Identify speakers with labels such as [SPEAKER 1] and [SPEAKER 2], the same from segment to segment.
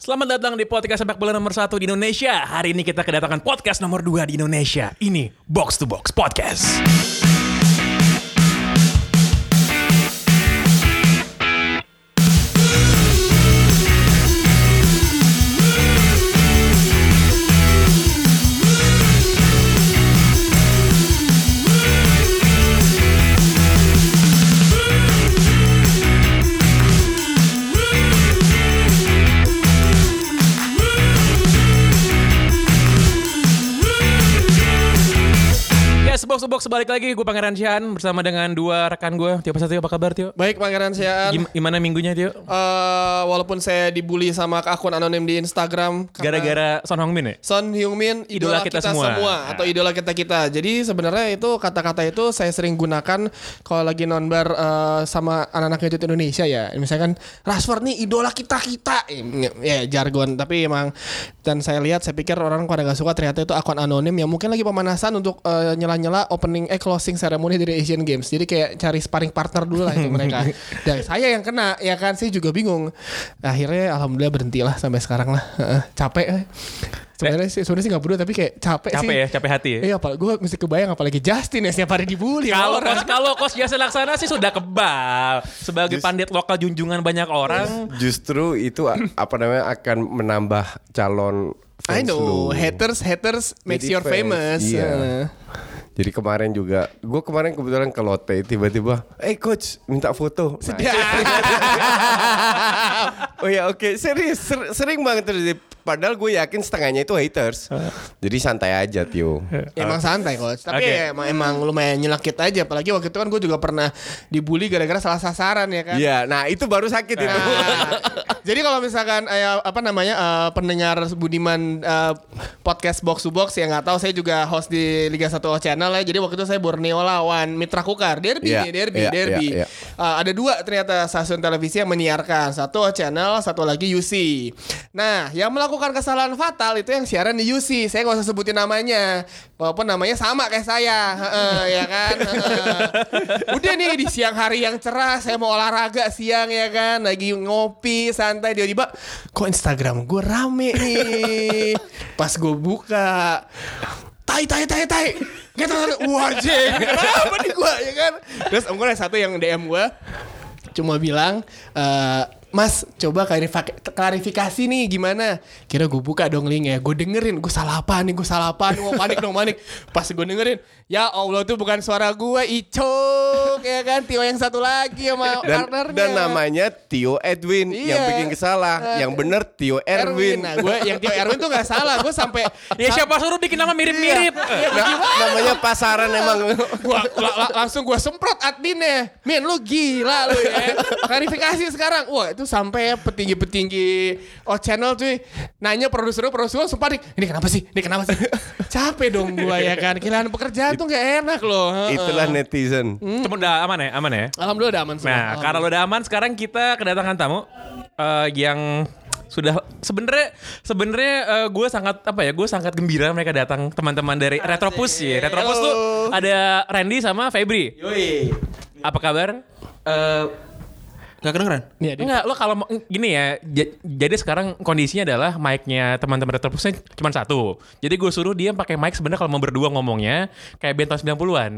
[SPEAKER 1] Selamat datang di podcast sepak bola nomor satu di Indonesia. Hari ini kita kedatangan podcast nomor dua di Indonesia. Ini Box to Box Podcast. Yes, Box to Box balik lagi. Gue Pangeran Syahan bersama dengan dua rekan gue. Tio Pasatio, apa kabar Tio?
[SPEAKER 2] Baik Pangeran Siaan.
[SPEAKER 1] Gim- Gimana minggunya Tio?
[SPEAKER 2] Eh, walaupun saya dibully sama akun anonim di Instagram karena
[SPEAKER 1] Gara-gara Son Heung-min ya?
[SPEAKER 2] Son Heung-min
[SPEAKER 1] Idola
[SPEAKER 2] idola,
[SPEAKER 1] kita
[SPEAKER 2] kita,
[SPEAKER 1] semua. Nah.
[SPEAKER 2] semua. atau idola kita kita. Jadi sebenarnya itu kata-kata itu saya sering gunakan kalau lagi nonbar eh, sama anak-anak YouTube Indonesia ya. Misalkan Rashford nih idola kita kita. Ya jargon tapi emang dan saya lihat saya pikir orang pada gak suka ternyata itu akun anonim yang mungkin lagi pemanasan untuk eh, nyela-nyela opening eh closing ceremony dari Asian Games. Jadi kayak cari sparring partner dulu lah itu mereka. Dan saya yang kena ya kan saya juga bingung. Akhirnya alhamdulillah berhentilah sampai sekarang lah. Heeh, capek. eh. Sebenarnya sih sebenarnya sih nggak perlu tapi kayak capek, sih.
[SPEAKER 1] Capek ya, capek hati ya?
[SPEAKER 2] Iya, apalagi gue mesti kebayang apalagi Justin ya setiap hari dibully.
[SPEAKER 1] Kalau
[SPEAKER 2] orang.
[SPEAKER 1] kos kalau kos jasa laksana sih sudah kebal. Sebagai pandit lokal junjungan banyak orang.
[SPEAKER 3] justru itu a- apa namanya akan menambah calon
[SPEAKER 2] I
[SPEAKER 3] fans
[SPEAKER 2] know
[SPEAKER 3] lu.
[SPEAKER 2] haters haters makes you
[SPEAKER 3] Jadi fans,
[SPEAKER 2] famous.
[SPEAKER 3] iya.
[SPEAKER 2] Heeh.
[SPEAKER 3] Jadi kemarin juga, gue kemarin kebetulan ke Lotte tiba-tiba, eh coach minta foto. Nah,
[SPEAKER 2] Iya.
[SPEAKER 3] oh ya oke, serius ser- sering banget terjadi. Padahal gue yakin setengahnya itu haters. Jadi santai aja Tio.
[SPEAKER 2] Emang santai coach, tapi
[SPEAKER 1] Oke.
[SPEAKER 2] ya emang, emang lumayan nyelakit aja. Apalagi waktu itu kan gue juga pernah dibully gara-gara salah sasaran ya kan.
[SPEAKER 3] Iya, nah itu baru sakit itu.
[SPEAKER 2] Nah, jadi kalau misalkan eh, apa namanya eh, pendengar Budiman eh, podcast box to box ya nggak tahu saya juga host di Liga 1 O Channel ya. Jadi waktu itu saya Borneo lawan Mitra Kukar derby
[SPEAKER 3] Iya,
[SPEAKER 2] nih, derby
[SPEAKER 3] iya,
[SPEAKER 2] derby.
[SPEAKER 3] iya, iya.
[SPEAKER 2] Eh, ada dua ternyata stasiun televisi yang menyiarkan satu O Channel, satu lagi UC. Nah, yang melakukan kesalahan fatal itu yang siaran di UC. Saya nggak usah sebutin namanya, walaupun namanya sama kayak saya, Heeh, ya kan. Heeh. Udah nih di siang hari yang cerah, saya mau olahraga siang ya kan, lagi ngopi santai tiba-tiba, kok Instagram gue rame nih. Pas gue buka, tai tai tai tai gitu wah jeng kenapa nih gua ya kan terus om gua ada satu yang DM gua cuma bilang eh Mas, coba klarifa- klarifikasi nih gimana? Kira gue buka dong linknya, gue dengerin, gue salah apa nih, gue salah apa nih, mau panik dong panik. Pas gue dengerin, ya Allah tuh bukan suara gue, Icuk ya kan, Tio yang satu lagi sama
[SPEAKER 3] Dan,
[SPEAKER 2] partnernya.
[SPEAKER 3] dan namanya Tio Edwin yang
[SPEAKER 2] Iya.
[SPEAKER 3] bikin kesalah, yang bener Tio Erwin. Iya.
[SPEAKER 2] Nah gue yang Tio Erwin tuh gak salah, gue sampai
[SPEAKER 1] Ya siapa suruh bikin nama mirip-mirip?
[SPEAKER 3] Nah, namanya pasaran emang.
[SPEAKER 2] gua la- la- langsung gua semprot adminnya. Min lu gila lu ya. Klarifikasi sekarang. Wah, itu sampai petinggi-petinggi oh channel tuh nanya produser produser sumpah nih, ini kenapa sih? Ini kenapa sih? Capek dong gua ya kan. Kehilangan pekerjaan tuh gak enak loh. Heeh.
[SPEAKER 3] Itulah netizen.
[SPEAKER 1] Cuma udah aman ya, aman ya.
[SPEAKER 2] Alhamdulillah udah aman semua.
[SPEAKER 1] Nah, karena lo udah aman, sekarang kita kedatangan tamu eh, yang sudah sebenarnya sebenarnya eh, gue sangat apa ya gue sangat gembira mereka datang teman-teman dari Retropus ya Retropus tuh ada Randy sama
[SPEAKER 4] Iya,
[SPEAKER 1] Febri
[SPEAKER 4] Yoi.
[SPEAKER 1] apa kabar
[SPEAKER 4] Eh, Gak kedengeran?
[SPEAKER 2] Nih, dia-
[SPEAKER 1] Enggak, lo kalau mau- gini ya, ja- jadi sekarang kondisinya adalah mic-nya teman-teman Retropusnya cuma satu. Jadi gue suruh dia pakai mic sebenarnya kalau mau berdua ngomongnya kayak band tahun 90-an.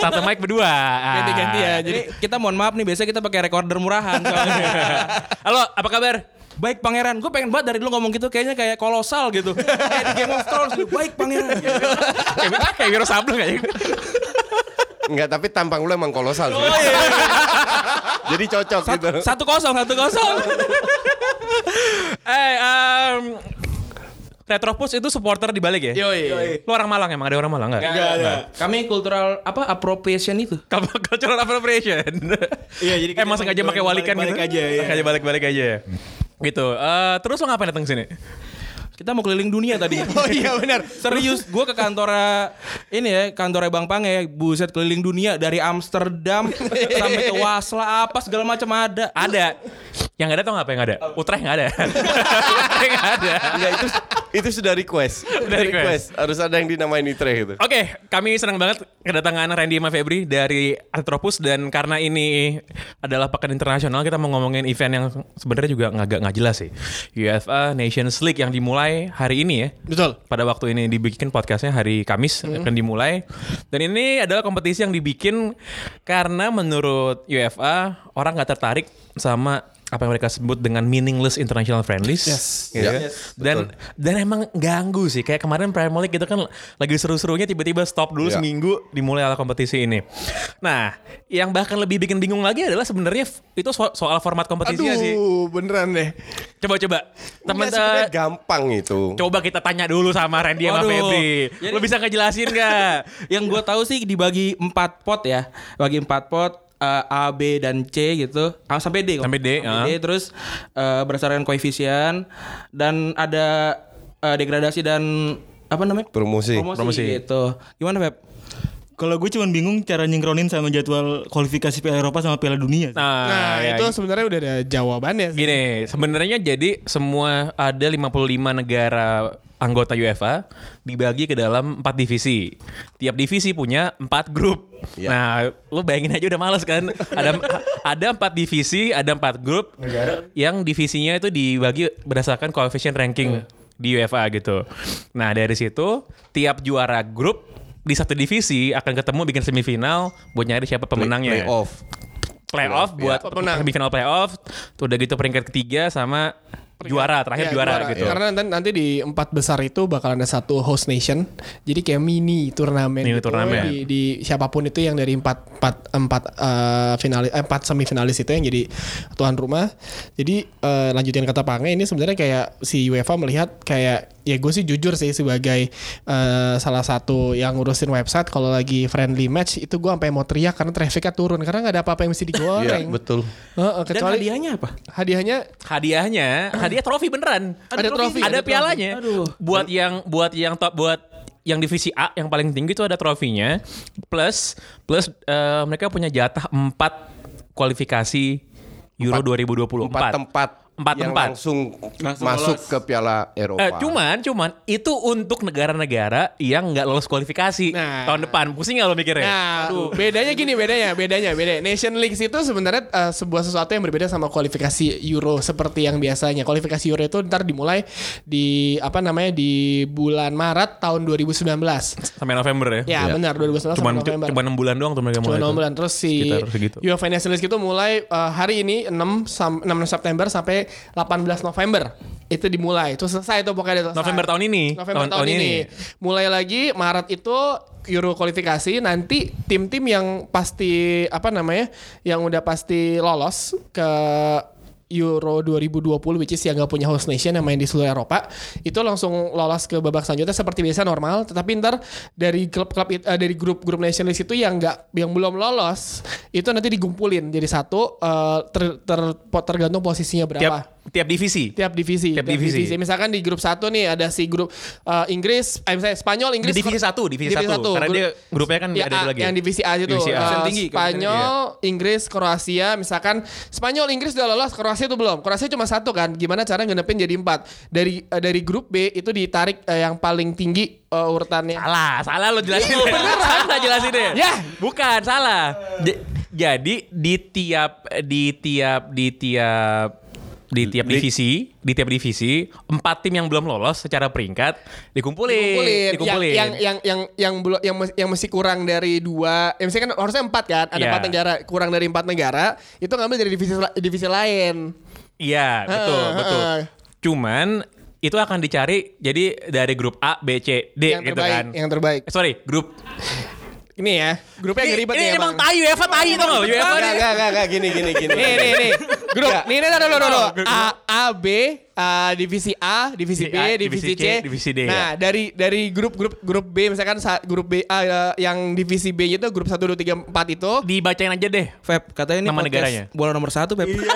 [SPEAKER 1] satu mic berdua. Ah.
[SPEAKER 4] Ganti-ganti ya. Jadi kita mohon maaf nih, biasanya kita pakai recorder murahan soalnya.
[SPEAKER 1] Halo, apa kabar?
[SPEAKER 4] Baik pangeran, gue pengen banget dari dulu ngomong gitu kayaknya kayak kolosal gitu. Kayak di Game of Thrones gitu. Baik pangeran.
[SPEAKER 1] kayak kayak Wiro Sableng kayaknya.
[SPEAKER 3] Enggak, tapi tampang lu emang kolosal sih. Jadi cocok gitu.
[SPEAKER 4] Satu kosong, satu kosong.
[SPEAKER 1] Eh, um, Retropus itu supporter di balik ya?
[SPEAKER 2] Yoi.
[SPEAKER 1] Lu orang Malang emang? Ada orang Malang nggak?
[SPEAKER 4] Kami kultural apa appropriation itu.
[SPEAKER 1] Kamu cultural appropriation. Eh,
[SPEAKER 5] Iya, jadi kita
[SPEAKER 1] emang sengaja pakai walikan gitu.
[SPEAKER 5] balik-balik aja, iya.
[SPEAKER 1] Sengaja balik-balik aja. ya? Gitu. Eh, terus lo ngapain datang ke sini?
[SPEAKER 4] Kita mau keliling dunia tadi.
[SPEAKER 2] Oh iya benar.
[SPEAKER 4] Serius, gue ke kantor ini ya, kantor Bang Pange ya, buset keliling dunia dari Amsterdam sampai ke Wasla apa segala macam ada.
[SPEAKER 1] Ada. Yang nggak ada tau nggak apa yang ada? Utrecht nggak ada. Utrecht nggak ada.
[SPEAKER 3] Enggak itu itu sudah request. Sudah
[SPEAKER 1] request.
[SPEAKER 3] Harus ada yang dinamain Itre gitu.
[SPEAKER 1] Oke, kami senang banget kedatangan Randy sama Febri dari Atropus dan karena ini adalah pekan internasional kita mau ngomongin event yang sebenarnya juga nggak agak nggak jelas sih. UEFA Nations League yang dimulai hari ini ya.
[SPEAKER 2] Betul.
[SPEAKER 1] Pada waktu ini dibikin podcastnya hari Kamis akan dimulai dan ini adalah kompetisi yang dibikin karena menurut UEFA orang nggak tertarik sama apa yang mereka sebut dengan meaningless international friendlies.
[SPEAKER 3] Ya.
[SPEAKER 1] Dan dan emang ganggu sih kayak kemarin Premier League itu kan lagi seru-serunya tiba-tiba stop dulu
[SPEAKER 3] Iya.
[SPEAKER 1] seminggu dimulai ala kompetisi ini. Nah, yang bahkan lebih bikin bingung lagi adalah sebenarnya f- itu so- soal format kompetisinya sih.
[SPEAKER 2] Aduh, beneran deh.
[SPEAKER 1] Coba-coba teman
[SPEAKER 3] Nggak, sebenarnya gampang itu.
[SPEAKER 1] eh, coba kita tanya dulu sama Randy sama
[SPEAKER 4] Waduh.
[SPEAKER 1] Febri.
[SPEAKER 4] Jadi-
[SPEAKER 1] Lo bisa ngejelasin gak?
[SPEAKER 4] Yang gue tahu sih dibagi empat pot ya, bagi empat pot eh, A, B dan C gitu, Ah, sampai D. kalau-
[SPEAKER 1] Sampai D, ah.
[SPEAKER 4] terus eh, berdasarkan koefisien dan ada eh, degradasi dan apa namanya?
[SPEAKER 3] Promosi.
[SPEAKER 4] Promosi,
[SPEAKER 1] Promosi.
[SPEAKER 4] gitu. Gimana Feb?
[SPEAKER 5] Kalau gue cuman bingung cara nyingkronin sama jadwal kualifikasi Piala Eropa sama Piala Dunia. sih.
[SPEAKER 1] Nah,
[SPEAKER 2] Nah,
[SPEAKER 1] ya
[SPEAKER 2] itu sebenarnya udah ada jawabannya Iya sih.
[SPEAKER 1] Gini, sebenarnya jadi semua ada 55 negara anggota UEFA dibagi ke dalam 4 divisi. Tiap divisi punya 4 grup.
[SPEAKER 3] Iya.
[SPEAKER 1] Nah, lu bayangin aja udah males kan. Ada ada 4 divisi, ada 4 grup yang divisinya itu dibagi berdasarkan coefficient ranking di UEFA gitu. Nah, dari situ tiap juara grup di satu divisi akan ketemu bikin semifinal buat nyari siapa pemenangnya
[SPEAKER 3] Playoff.
[SPEAKER 1] playoff buat
[SPEAKER 2] Pemenang.
[SPEAKER 1] semifinal playoff tuh udah gitu peringkat ketiga sama juara terakhir
[SPEAKER 2] Ya,
[SPEAKER 1] juara, gitu
[SPEAKER 2] Karena nanti, nanti di empat besar itu bakalan ada satu host nation. Jadi kayak mini turnamen.
[SPEAKER 1] Mini
[SPEAKER 2] gitu.
[SPEAKER 1] turnamen.
[SPEAKER 2] Di, di siapapun itu yang dari empat empat empat eh, finalis eh, empat semifinalis itu yang jadi tuan rumah. Jadi eh, lanjutin kata Pange ini sebenarnya kayak si UEFA melihat kayak ya gue sih jujur sih sebagai eh, salah satu yang ngurusin website kalau lagi friendly match itu gue sampai mau teriak karena trafficnya turun karena nggak ada apa-apa yang mesti
[SPEAKER 3] Iya,
[SPEAKER 2] digoreng.
[SPEAKER 3] betul.
[SPEAKER 2] Heeh,
[SPEAKER 4] Dan
[SPEAKER 2] kecuali
[SPEAKER 4] hadiahnya apa?
[SPEAKER 2] hadiahnya
[SPEAKER 1] hadiahnya hadiah trofi beneran
[SPEAKER 2] Ada trofi,
[SPEAKER 1] ada,
[SPEAKER 2] ada
[SPEAKER 1] pialanya
[SPEAKER 4] Aduh.
[SPEAKER 1] buat yang buat yang top buat yang divisi A yang paling tinggi itu ada trofinya plus plus eh, mereka punya jatah 4 kualifikasi Euro 2024
[SPEAKER 3] Empat tempat.
[SPEAKER 1] Empat
[SPEAKER 3] yang
[SPEAKER 1] tempat.
[SPEAKER 3] langsung,
[SPEAKER 4] Langsung
[SPEAKER 3] masuk
[SPEAKER 4] lolos.
[SPEAKER 3] ke Piala Eropa.
[SPEAKER 1] Eh, cuman, cuman itu untuk negara-negara yang nggak lolos kualifikasi
[SPEAKER 2] Nah.
[SPEAKER 1] tahun depan. Pusing nggak lo mikirnya?
[SPEAKER 2] Nah, bedanya gini, bedanya, bedanya, bedanya. Nation League itu sebenarnya eh, sebuah sesuatu yang berbeda sama kualifikasi Euro seperti yang biasanya. Kualifikasi Euro itu ntar dimulai di apa namanya di bulan Maret tahun 2019.
[SPEAKER 1] Sampai November ya?
[SPEAKER 2] Ya, benar
[SPEAKER 1] cuman
[SPEAKER 2] 2019 sampai November.
[SPEAKER 1] cuman 6 bulan doang tuh mereka mulai.
[SPEAKER 2] Cuma enam
[SPEAKER 1] tuh.
[SPEAKER 2] bulan terus si
[SPEAKER 1] Sekitar segitu.
[SPEAKER 2] UEFA Nation League itu mulai eh, hari ini 6 sam- 6 September sampai 18 November itu dimulai itu selesai itu pokoknya itu selesai.
[SPEAKER 1] November tahun ini.
[SPEAKER 2] November tahun, ini. Mulai lagi Maret itu Euro kualifikasi nanti tim-tim yang pasti apa namanya yang udah pasti lolos ke Euro 2020 which is yang gak punya host nation yang main di seluruh Eropa itu langsung lolos ke babak selanjutnya seperti biasa normal tetapi ntar dari klub-klub it- eh, dari grup-grup nation league itu yang nggak yang belum lolos itu nanti digumpulin jadi satu eh, ter- ter- tergantung posisinya berapa
[SPEAKER 1] Tiap tiap divisi.
[SPEAKER 2] tiap divisi
[SPEAKER 1] Tiap divisi.
[SPEAKER 2] misalkan di grup satu nih ada si grup eh, Inggris eh, misalnya Spanyol
[SPEAKER 1] Di
[SPEAKER 2] Inggris
[SPEAKER 1] divisi satu, divisi, satu. Karena
[SPEAKER 2] Grup-
[SPEAKER 1] dia grupnya kan
[SPEAKER 2] Ya,
[SPEAKER 1] ada
[SPEAKER 2] A,
[SPEAKER 1] dua lagi.
[SPEAKER 2] yang divisi A itu
[SPEAKER 1] Divisi A.
[SPEAKER 2] eh,
[SPEAKER 4] Yang tinggi,
[SPEAKER 2] Spanyol, Inggris, Kroasia, misalkan Spanyol, Inggris udah lolos, Kroasia itu belum. Kroasia cuma satu kan. Gimana cara ngenepin jadi empat? Dari eh, dari grup B itu ditarik eh, yang paling tinggi eh, urutannya.
[SPEAKER 1] Salah, salah lo jelasin. salah jelasin deh.
[SPEAKER 2] Iya, Ya.
[SPEAKER 1] bukan salah. J- jadi di tiap di tiap di tiap di tiap
[SPEAKER 3] Di-
[SPEAKER 1] divisi, di tiap divisi, empat tim yang belum lolos secara peringkat
[SPEAKER 2] Dikumpulin.
[SPEAKER 1] dikumpulin,
[SPEAKER 2] Yang, yang yang yang yang belum yang mes- yang mesti kurang dari dua, ya misalkan harusnya empat kan, ada
[SPEAKER 1] Iya.
[SPEAKER 2] empat negara kurang dari empat negara itu ngambil dari divisi la- divisi lain.
[SPEAKER 1] Iya, betul,
[SPEAKER 2] Heeh,
[SPEAKER 1] betul.
[SPEAKER 2] heeh.
[SPEAKER 1] Cuman itu akan dicari jadi dari grup A, B, C, D
[SPEAKER 2] yang
[SPEAKER 1] gitu
[SPEAKER 2] terbaik,
[SPEAKER 1] kan.
[SPEAKER 2] yang terbaik.
[SPEAKER 1] Eh, Sorry, grup.
[SPEAKER 2] Ini ya, grupnya yang ribet
[SPEAKER 1] ini
[SPEAKER 2] nih
[SPEAKER 1] emang tai UEFA tai tau gak? UEFA
[SPEAKER 3] Enggak,
[SPEAKER 1] nih.
[SPEAKER 3] enggak, enggak, enggak, gini, gini, gini.
[SPEAKER 2] Nih, nih, nih. Grup.
[SPEAKER 3] Enggak.
[SPEAKER 2] Nih, nih, nih, nih, nih, nih. A, A, B, uh, divisi A, divisi
[SPEAKER 1] Divisi
[SPEAKER 2] B,
[SPEAKER 1] A, divisi
[SPEAKER 2] divisi C,
[SPEAKER 1] C, divisi D,
[SPEAKER 2] Nah,
[SPEAKER 3] ya.
[SPEAKER 2] dari dari grup-grup grup B misalkan sa- grup B A uh, yang divisi B itu grup 1 2 3 4 itu
[SPEAKER 1] Dibacain aja deh.
[SPEAKER 4] Feb, katanya ini
[SPEAKER 1] Nama
[SPEAKER 4] podcast
[SPEAKER 1] negaranya.
[SPEAKER 4] bola nomor satu, Feb.
[SPEAKER 3] Iya.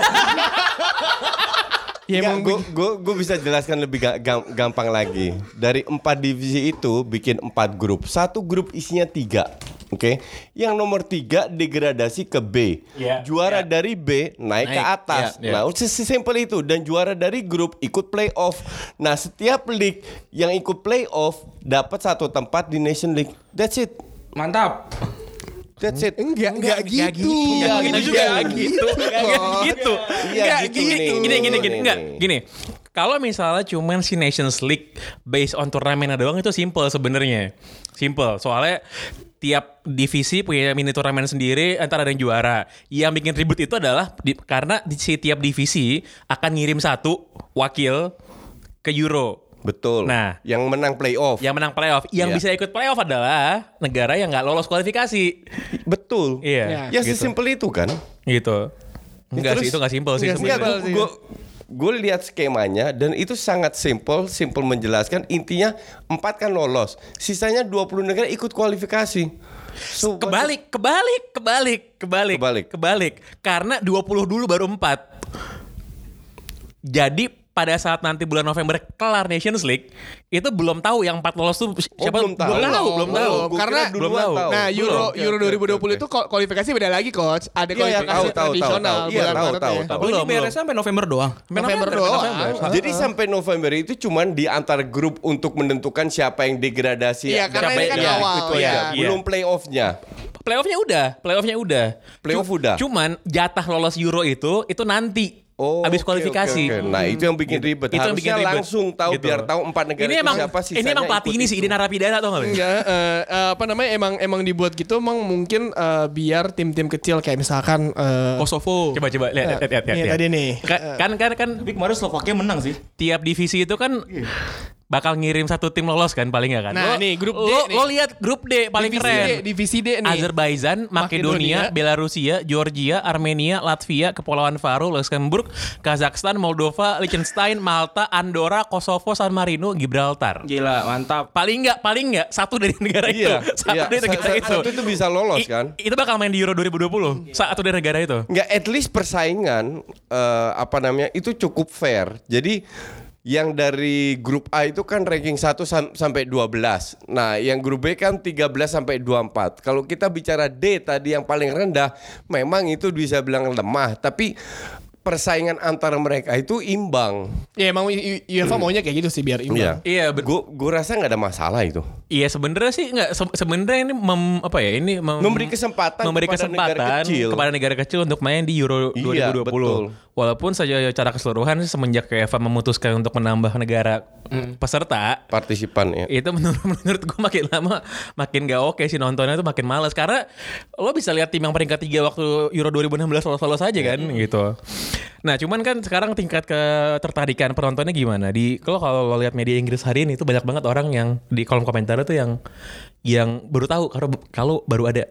[SPEAKER 2] ya
[SPEAKER 3] Enggak,
[SPEAKER 2] emang
[SPEAKER 3] gua, gua, gua bisa jelaskan lebih ga- gam- gampang lagi. Dari empat divisi itu bikin empat grup. Satu grup isinya tiga. Oke, yang nomor tiga degradasi ke B,
[SPEAKER 1] Iya,
[SPEAKER 3] juara dari B naik, ke
[SPEAKER 1] Naik,
[SPEAKER 3] atas.
[SPEAKER 1] iya, iya.
[SPEAKER 3] Nah, sesimpel itu dan juara dari grup ikut playoff. Nah, setiap league yang ikut playoff dapat satu tempat di Nation League. That's it,
[SPEAKER 4] Mantap.
[SPEAKER 3] that's it.
[SPEAKER 2] Enggak, enggak gitu.
[SPEAKER 1] Enggak gitu juga
[SPEAKER 2] Enggak
[SPEAKER 1] gitu. Enggak
[SPEAKER 2] kok.
[SPEAKER 1] gitu.
[SPEAKER 3] Iya,
[SPEAKER 1] Enggak
[SPEAKER 3] gitu
[SPEAKER 1] gini
[SPEAKER 3] nih.
[SPEAKER 1] gini gini gini
[SPEAKER 3] Nih,
[SPEAKER 1] enggak
[SPEAKER 3] nih.
[SPEAKER 1] gini. Kalau misalnya cuman si Nations League based on turnamen doang itu simple sebenarnya. Simple. Soalnya tiap divisi punya mini turnamen sendiri antara ada yang juara. Yang bikin ribut itu adalah di- karena di, si tiap divisi akan ngirim satu wakil ke Euro.
[SPEAKER 3] Betul.
[SPEAKER 1] Nah. Ya.
[SPEAKER 3] yang menang playoff.
[SPEAKER 1] Yang menang playoff, yang
[SPEAKER 3] Iya.
[SPEAKER 1] bisa ikut playoff adalah negara yang nggak lolos kualifikasi.
[SPEAKER 3] Betul.
[SPEAKER 1] Iya,
[SPEAKER 3] Ya,
[SPEAKER 1] gitu.
[SPEAKER 3] sesimpel itu kan.
[SPEAKER 1] Gitu. Enggak
[SPEAKER 3] Terus-
[SPEAKER 1] sih, itu nggak simple sih
[SPEAKER 2] Enggak
[SPEAKER 1] sebenarnya.
[SPEAKER 2] simple. sih.
[SPEAKER 3] gue gue lihat skemanya dan itu sangat simple, simple menjelaskan intinya empat kan lolos, sisanya 20 negara ikut kualifikasi. So, ya, what-
[SPEAKER 1] Kebalik, kebalik, kebalik, kebalik,
[SPEAKER 3] Kebalik.
[SPEAKER 1] kebalik. Karena 20 dulu baru 4. Jadi pada saat nanti bulan November kelar Nations League, itu belum tahu yang 4 lolos tuh
[SPEAKER 3] Oh,
[SPEAKER 1] siapa.
[SPEAKER 3] belum tahu. Oh,
[SPEAKER 1] Belum tahu, belum tahu.
[SPEAKER 2] Belum.
[SPEAKER 3] Gua
[SPEAKER 2] Oh, Karena-
[SPEAKER 3] kira duluan
[SPEAKER 1] belum tahu.
[SPEAKER 3] tahu.
[SPEAKER 2] Nah,
[SPEAKER 1] Belum.
[SPEAKER 2] Euro
[SPEAKER 3] Oke,
[SPEAKER 2] Euro
[SPEAKER 3] oke,
[SPEAKER 2] 2020
[SPEAKER 3] oke.
[SPEAKER 2] itu kual- kualifikasi beda lagi, coach. Ada
[SPEAKER 3] Iya, iya,
[SPEAKER 2] kualifikasi
[SPEAKER 3] tahu, tahu,
[SPEAKER 2] tradisional
[SPEAKER 3] tahu, tahu. Iya,
[SPEAKER 2] bulan
[SPEAKER 3] tahu,
[SPEAKER 2] Maret
[SPEAKER 3] tahu,
[SPEAKER 2] ya.
[SPEAKER 3] tahu.
[SPEAKER 1] Belum,
[SPEAKER 4] Belum, beres Oh, sampai November doang.
[SPEAKER 2] November doang. Ah.
[SPEAKER 3] Jadi sampai November itu cuman di antar grup untuk menentukan siapa yang degradasi.
[SPEAKER 2] Iya, karena
[SPEAKER 1] ini kan
[SPEAKER 3] Iya,
[SPEAKER 2] awal,
[SPEAKER 3] gitu
[SPEAKER 1] iya.
[SPEAKER 3] aja.
[SPEAKER 1] Iya.
[SPEAKER 3] Belum playoffnya.
[SPEAKER 1] Playoffnya udah, playoffnya udah.
[SPEAKER 3] Playoff
[SPEAKER 1] Cu-
[SPEAKER 3] udah.
[SPEAKER 1] Cuman jatah lolos Euro itu itu nanti
[SPEAKER 3] Oh,
[SPEAKER 1] habis
[SPEAKER 3] oke,
[SPEAKER 1] kualifikasi. Gitu.
[SPEAKER 3] oke, oke. Nah, itu yang bikin ribet.
[SPEAKER 1] Itu yang bikin
[SPEAKER 3] Harusnya
[SPEAKER 1] ribet.
[SPEAKER 3] langsung tahu
[SPEAKER 1] Gitu.
[SPEAKER 3] biar tahu empat negara
[SPEAKER 1] ini
[SPEAKER 3] itu
[SPEAKER 1] emang,
[SPEAKER 3] siapa
[SPEAKER 1] Ini
[SPEAKER 3] sisanya Iya,
[SPEAKER 1] emang pelatih
[SPEAKER 3] ikut
[SPEAKER 1] ini sih,
[SPEAKER 3] itu.
[SPEAKER 1] ide narapidana tau gak? Bang?
[SPEAKER 2] Enggak, eh, eh, apa namanya emang emang dibuat gitu emang mungkin eh, biar tim-tim kecil kayak misalkan eh,
[SPEAKER 4] Kosovo.
[SPEAKER 1] Coba coba lihat lihat lihat lihat.
[SPEAKER 2] Ini
[SPEAKER 1] lihat.
[SPEAKER 2] tadi nih. Eh.
[SPEAKER 1] Ka- Kan kan kan
[SPEAKER 5] Tapi kemarin Slovakia menang sih.
[SPEAKER 1] tiap divisi itu kan bakal ngirim satu tim lolos kan paling nggak kan. Lo-
[SPEAKER 2] Nah, nih, grup D
[SPEAKER 1] Lo,
[SPEAKER 2] nih.
[SPEAKER 1] lo lihat grup D paling
[SPEAKER 2] divisi
[SPEAKER 1] keren.
[SPEAKER 2] D, divisi D nih.
[SPEAKER 1] Azerbaijan, Makedonia,
[SPEAKER 2] Makedonia.
[SPEAKER 1] Belarusia, Georgia, Armenia, Latvia, Kepulauan Faru, Luxembourg, Kazakhstan, Moldova, Liechtenstein, Malta, Andorra, Kosovo, San Marino, Gibraltar.
[SPEAKER 4] Gila, mantap.
[SPEAKER 1] Paling nggak, paling nggak satu dari negara itu.
[SPEAKER 3] Iya,
[SPEAKER 1] Satu
[SPEAKER 3] iya.
[SPEAKER 1] dari negara
[SPEAKER 3] Sa-
[SPEAKER 1] itu.
[SPEAKER 3] satu itu bisa lolos,
[SPEAKER 1] gitu. I-
[SPEAKER 3] kan?
[SPEAKER 1] Itu bakal main di Euro 2020. Satu dari negara itu.
[SPEAKER 3] Nggak, at least persaingan eh, apa namanya itu cukup fair. Jadi yang dari grup A itu kan ranking 1 sam- sampai 12. Nah, yang grup B kan 13 sampai 24. Kalau kita bicara D tadi yang paling rendah, memang itu bisa bilang lemah, tapi persaingan antara mereka itu imbang.
[SPEAKER 2] ya emang U- U- UEFA maunya kayak gitu sih biar imbang.
[SPEAKER 1] Iya, betul.
[SPEAKER 3] Gue rasa nggak ada masalah itu.
[SPEAKER 1] Iya sebenarnya sih nggak se- sebenarnya ini mem- apa ya ini mem-
[SPEAKER 3] Memberi kesempatan
[SPEAKER 1] memberi
[SPEAKER 3] kepada
[SPEAKER 1] kesempatan
[SPEAKER 3] negara kecil.
[SPEAKER 1] kepada negara kecil untuk main di Euro
[SPEAKER 3] Iya,
[SPEAKER 1] 2020.
[SPEAKER 3] betul.
[SPEAKER 1] Walaupun saja cara keseluruhan sih, semenjak UEFA memutuskan untuk menambah negara
[SPEAKER 3] Mm.
[SPEAKER 1] peserta
[SPEAKER 3] Partisipan ya.
[SPEAKER 1] itu menurut menurut gue makin lama makin gak oke sih nontonnya tuh makin males karena lo bisa lihat tim yang peringkat tiga waktu Euro 2016 lolos-lolos aja kan
[SPEAKER 3] Ya.
[SPEAKER 1] gitu. Nah cuman kan sekarang tingkat ketertarikan penontonnya gimana? Di kalau kalau lo lihat media Inggris hari ini tuh banyak banget orang yang di kolom komentar tuh yang yang baru tahu kalau kalau baru ada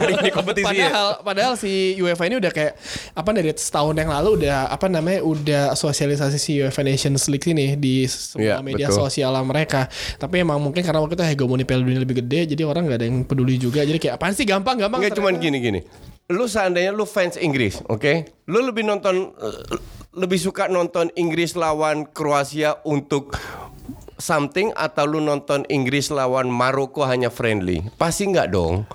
[SPEAKER 1] hari ini kompetisi. ya.
[SPEAKER 2] Padahal padahal si UEFA ini udah kayak apa dari setahun yang lalu udah apa namanya udah sosialisasi si UEFA Nations League ini di semua
[SPEAKER 3] Iya,
[SPEAKER 2] media
[SPEAKER 3] betul.
[SPEAKER 2] sosial mereka. Tapi emang mungkin karena waktu itu hegemoni Piala Dunia lebih gede jadi orang nggak ada yang peduli juga. Jadi kayak apaan sih gampang-gampang.
[SPEAKER 3] Enggak cuman gini-gini. Lu seandainya lu fans Inggris, oke? Lu lebih nonton eh, lebih suka nonton Inggris lawan Kroasia untuk something atau lu nonton Inggris lawan Maroko hanya friendly? Pasti enggak dong.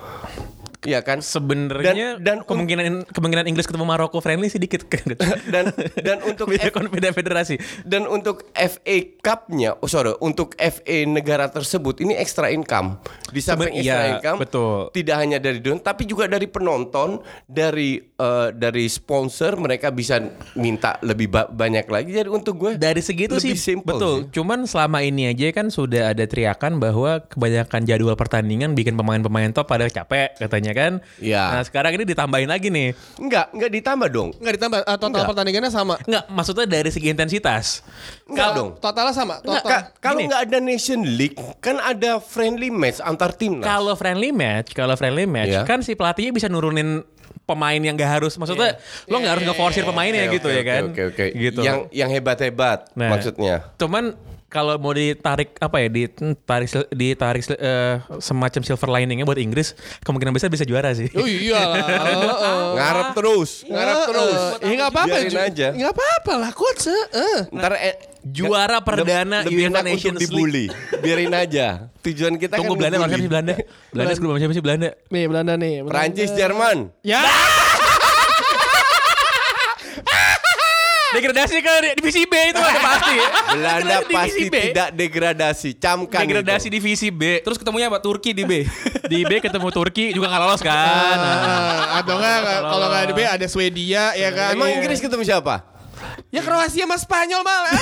[SPEAKER 3] Iya kan?
[SPEAKER 1] Sebenarnya
[SPEAKER 3] Dan- dan-
[SPEAKER 1] kemungkinan kemungkinan Inggris ketemu Maroko friendly sih dikit
[SPEAKER 3] Dan dan untuk
[SPEAKER 1] beda
[SPEAKER 3] F-
[SPEAKER 1] beda federasi.
[SPEAKER 3] dan untuk FA Cup-nya, oh sorry, untuk FA negara tersebut ini extra income. Di samping
[SPEAKER 1] Seben-
[SPEAKER 3] extra
[SPEAKER 1] iya,
[SPEAKER 3] income,
[SPEAKER 1] betul.
[SPEAKER 3] tidak hanya dari don, tapi juga dari penonton, dari eh, dari sponsor mereka bisa minta lebih ba- banyak lagi. Jadi untuk gue
[SPEAKER 1] dari segi itu sih
[SPEAKER 3] lebih simple
[SPEAKER 1] betul.
[SPEAKER 3] sih.
[SPEAKER 1] Cuman selama ini aja kan sudah ada teriakan bahwa kebanyakan jadwal pertandingan bikin pemain-pemain top pada capek katanya kan.
[SPEAKER 3] Iya.
[SPEAKER 1] Nah sekarang ini ditambahin lagi nih.
[SPEAKER 3] Enggak, enggak ditambah dong.
[SPEAKER 2] Enggak ditambah eh, total
[SPEAKER 3] gitu. Nggak.
[SPEAKER 2] pertandingannya sama.
[SPEAKER 1] Enggak, maksudnya dari segi intensitas.
[SPEAKER 3] Enggak dong.
[SPEAKER 2] Totalnya sama. Total.
[SPEAKER 3] Ka- kalau
[SPEAKER 1] Gini.
[SPEAKER 3] nggak ada Nation League, kan ada friendly match antar timnas.
[SPEAKER 1] Kalau friendly match, kalau friendly match
[SPEAKER 3] Iya.
[SPEAKER 1] kan si pelatihnya bisa nurunin pemain yang gak harus. Maksudnya lo nggak harus ngeforsir pemainnya
[SPEAKER 3] Oke,
[SPEAKER 1] gitu
[SPEAKER 3] Iya. oke,
[SPEAKER 1] ya kan.
[SPEAKER 3] Oke, oke.
[SPEAKER 1] Gitu.
[SPEAKER 3] Yang yang hebat-hebat
[SPEAKER 1] Nah,
[SPEAKER 3] maksudnya.
[SPEAKER 1] Cuman kalau mau ditarik apa ya ditarik ditarik eh, semacam silver liningnya buat Inggris kemungkinan besar bisa juara sih.
[SPEAKER 2] Oh iya lah.
[SPEAKER 3] Ngarep terus, ngarep terus.
[SPEAKER 2] Ya nggak apa-apa.
[SPEAKER 3] Biarin
[SPEAKER 2] Ju.
[SPEAKER 3] aja.
[SPEAKER 2] Nggak apa-apa lah coach. eh.
[SPEAKER 3] Ntar eh,
[SPEAKER 1] Juara perdana UEFA
[SPEAKER 3] lebih enak untuk
[SPEAKER 1] Nations League.
[SPEAKER 3] dibully. Biarin aja. Tujuan kita
[SPEAKER 1] Tunggu
[SPEAKER 3] kan
[SPEAKER 1] Belanda lawan siapa
[SPEAKER 3] ngebully.
[SPEAKER 1] sih Belanda? Belanda sebelum lawan siapa sih Belanda?
[SPEAKER 2] Nih Belanda nih. Belanda.
[SPEAKER 3] Prancis, Jerman.
[SPEAKER 2] Ya.
[SPEAKER 1] Degradasi ke divisi B itu ada pasti.
[SPEAKER 3] Belanda
[SPEAKER 1] Degradasi divisi
[SPEAKER 3] pasti
[SPEAKER 1] B.
[SPEAKER 3] tidak degradasi, camkan.
[SPEAKER 1] Degradasi
[SPEAKER 3] itu.
[SPEAKER 1] divisi B. Terus
[SPEAKER 4] Terus ketemunya apa? Turki di B.
[SPEAKER 1] di B ketemu Turki juga nggak lolos kan.
[SPEAKER 3] Ah.
[SPEAKER 1] Nah.
[SPEAKER 2] Eh, atau enggak kalau enggak ada B ada Swedia ya kan.
[SPEAKER 3] Emang
[SPEAKER 2] Iya.
[SPEAKER 3] Inggris ketemu siapa?
[SPEAKER 2] Ya Kroasia sama Spanyol malah.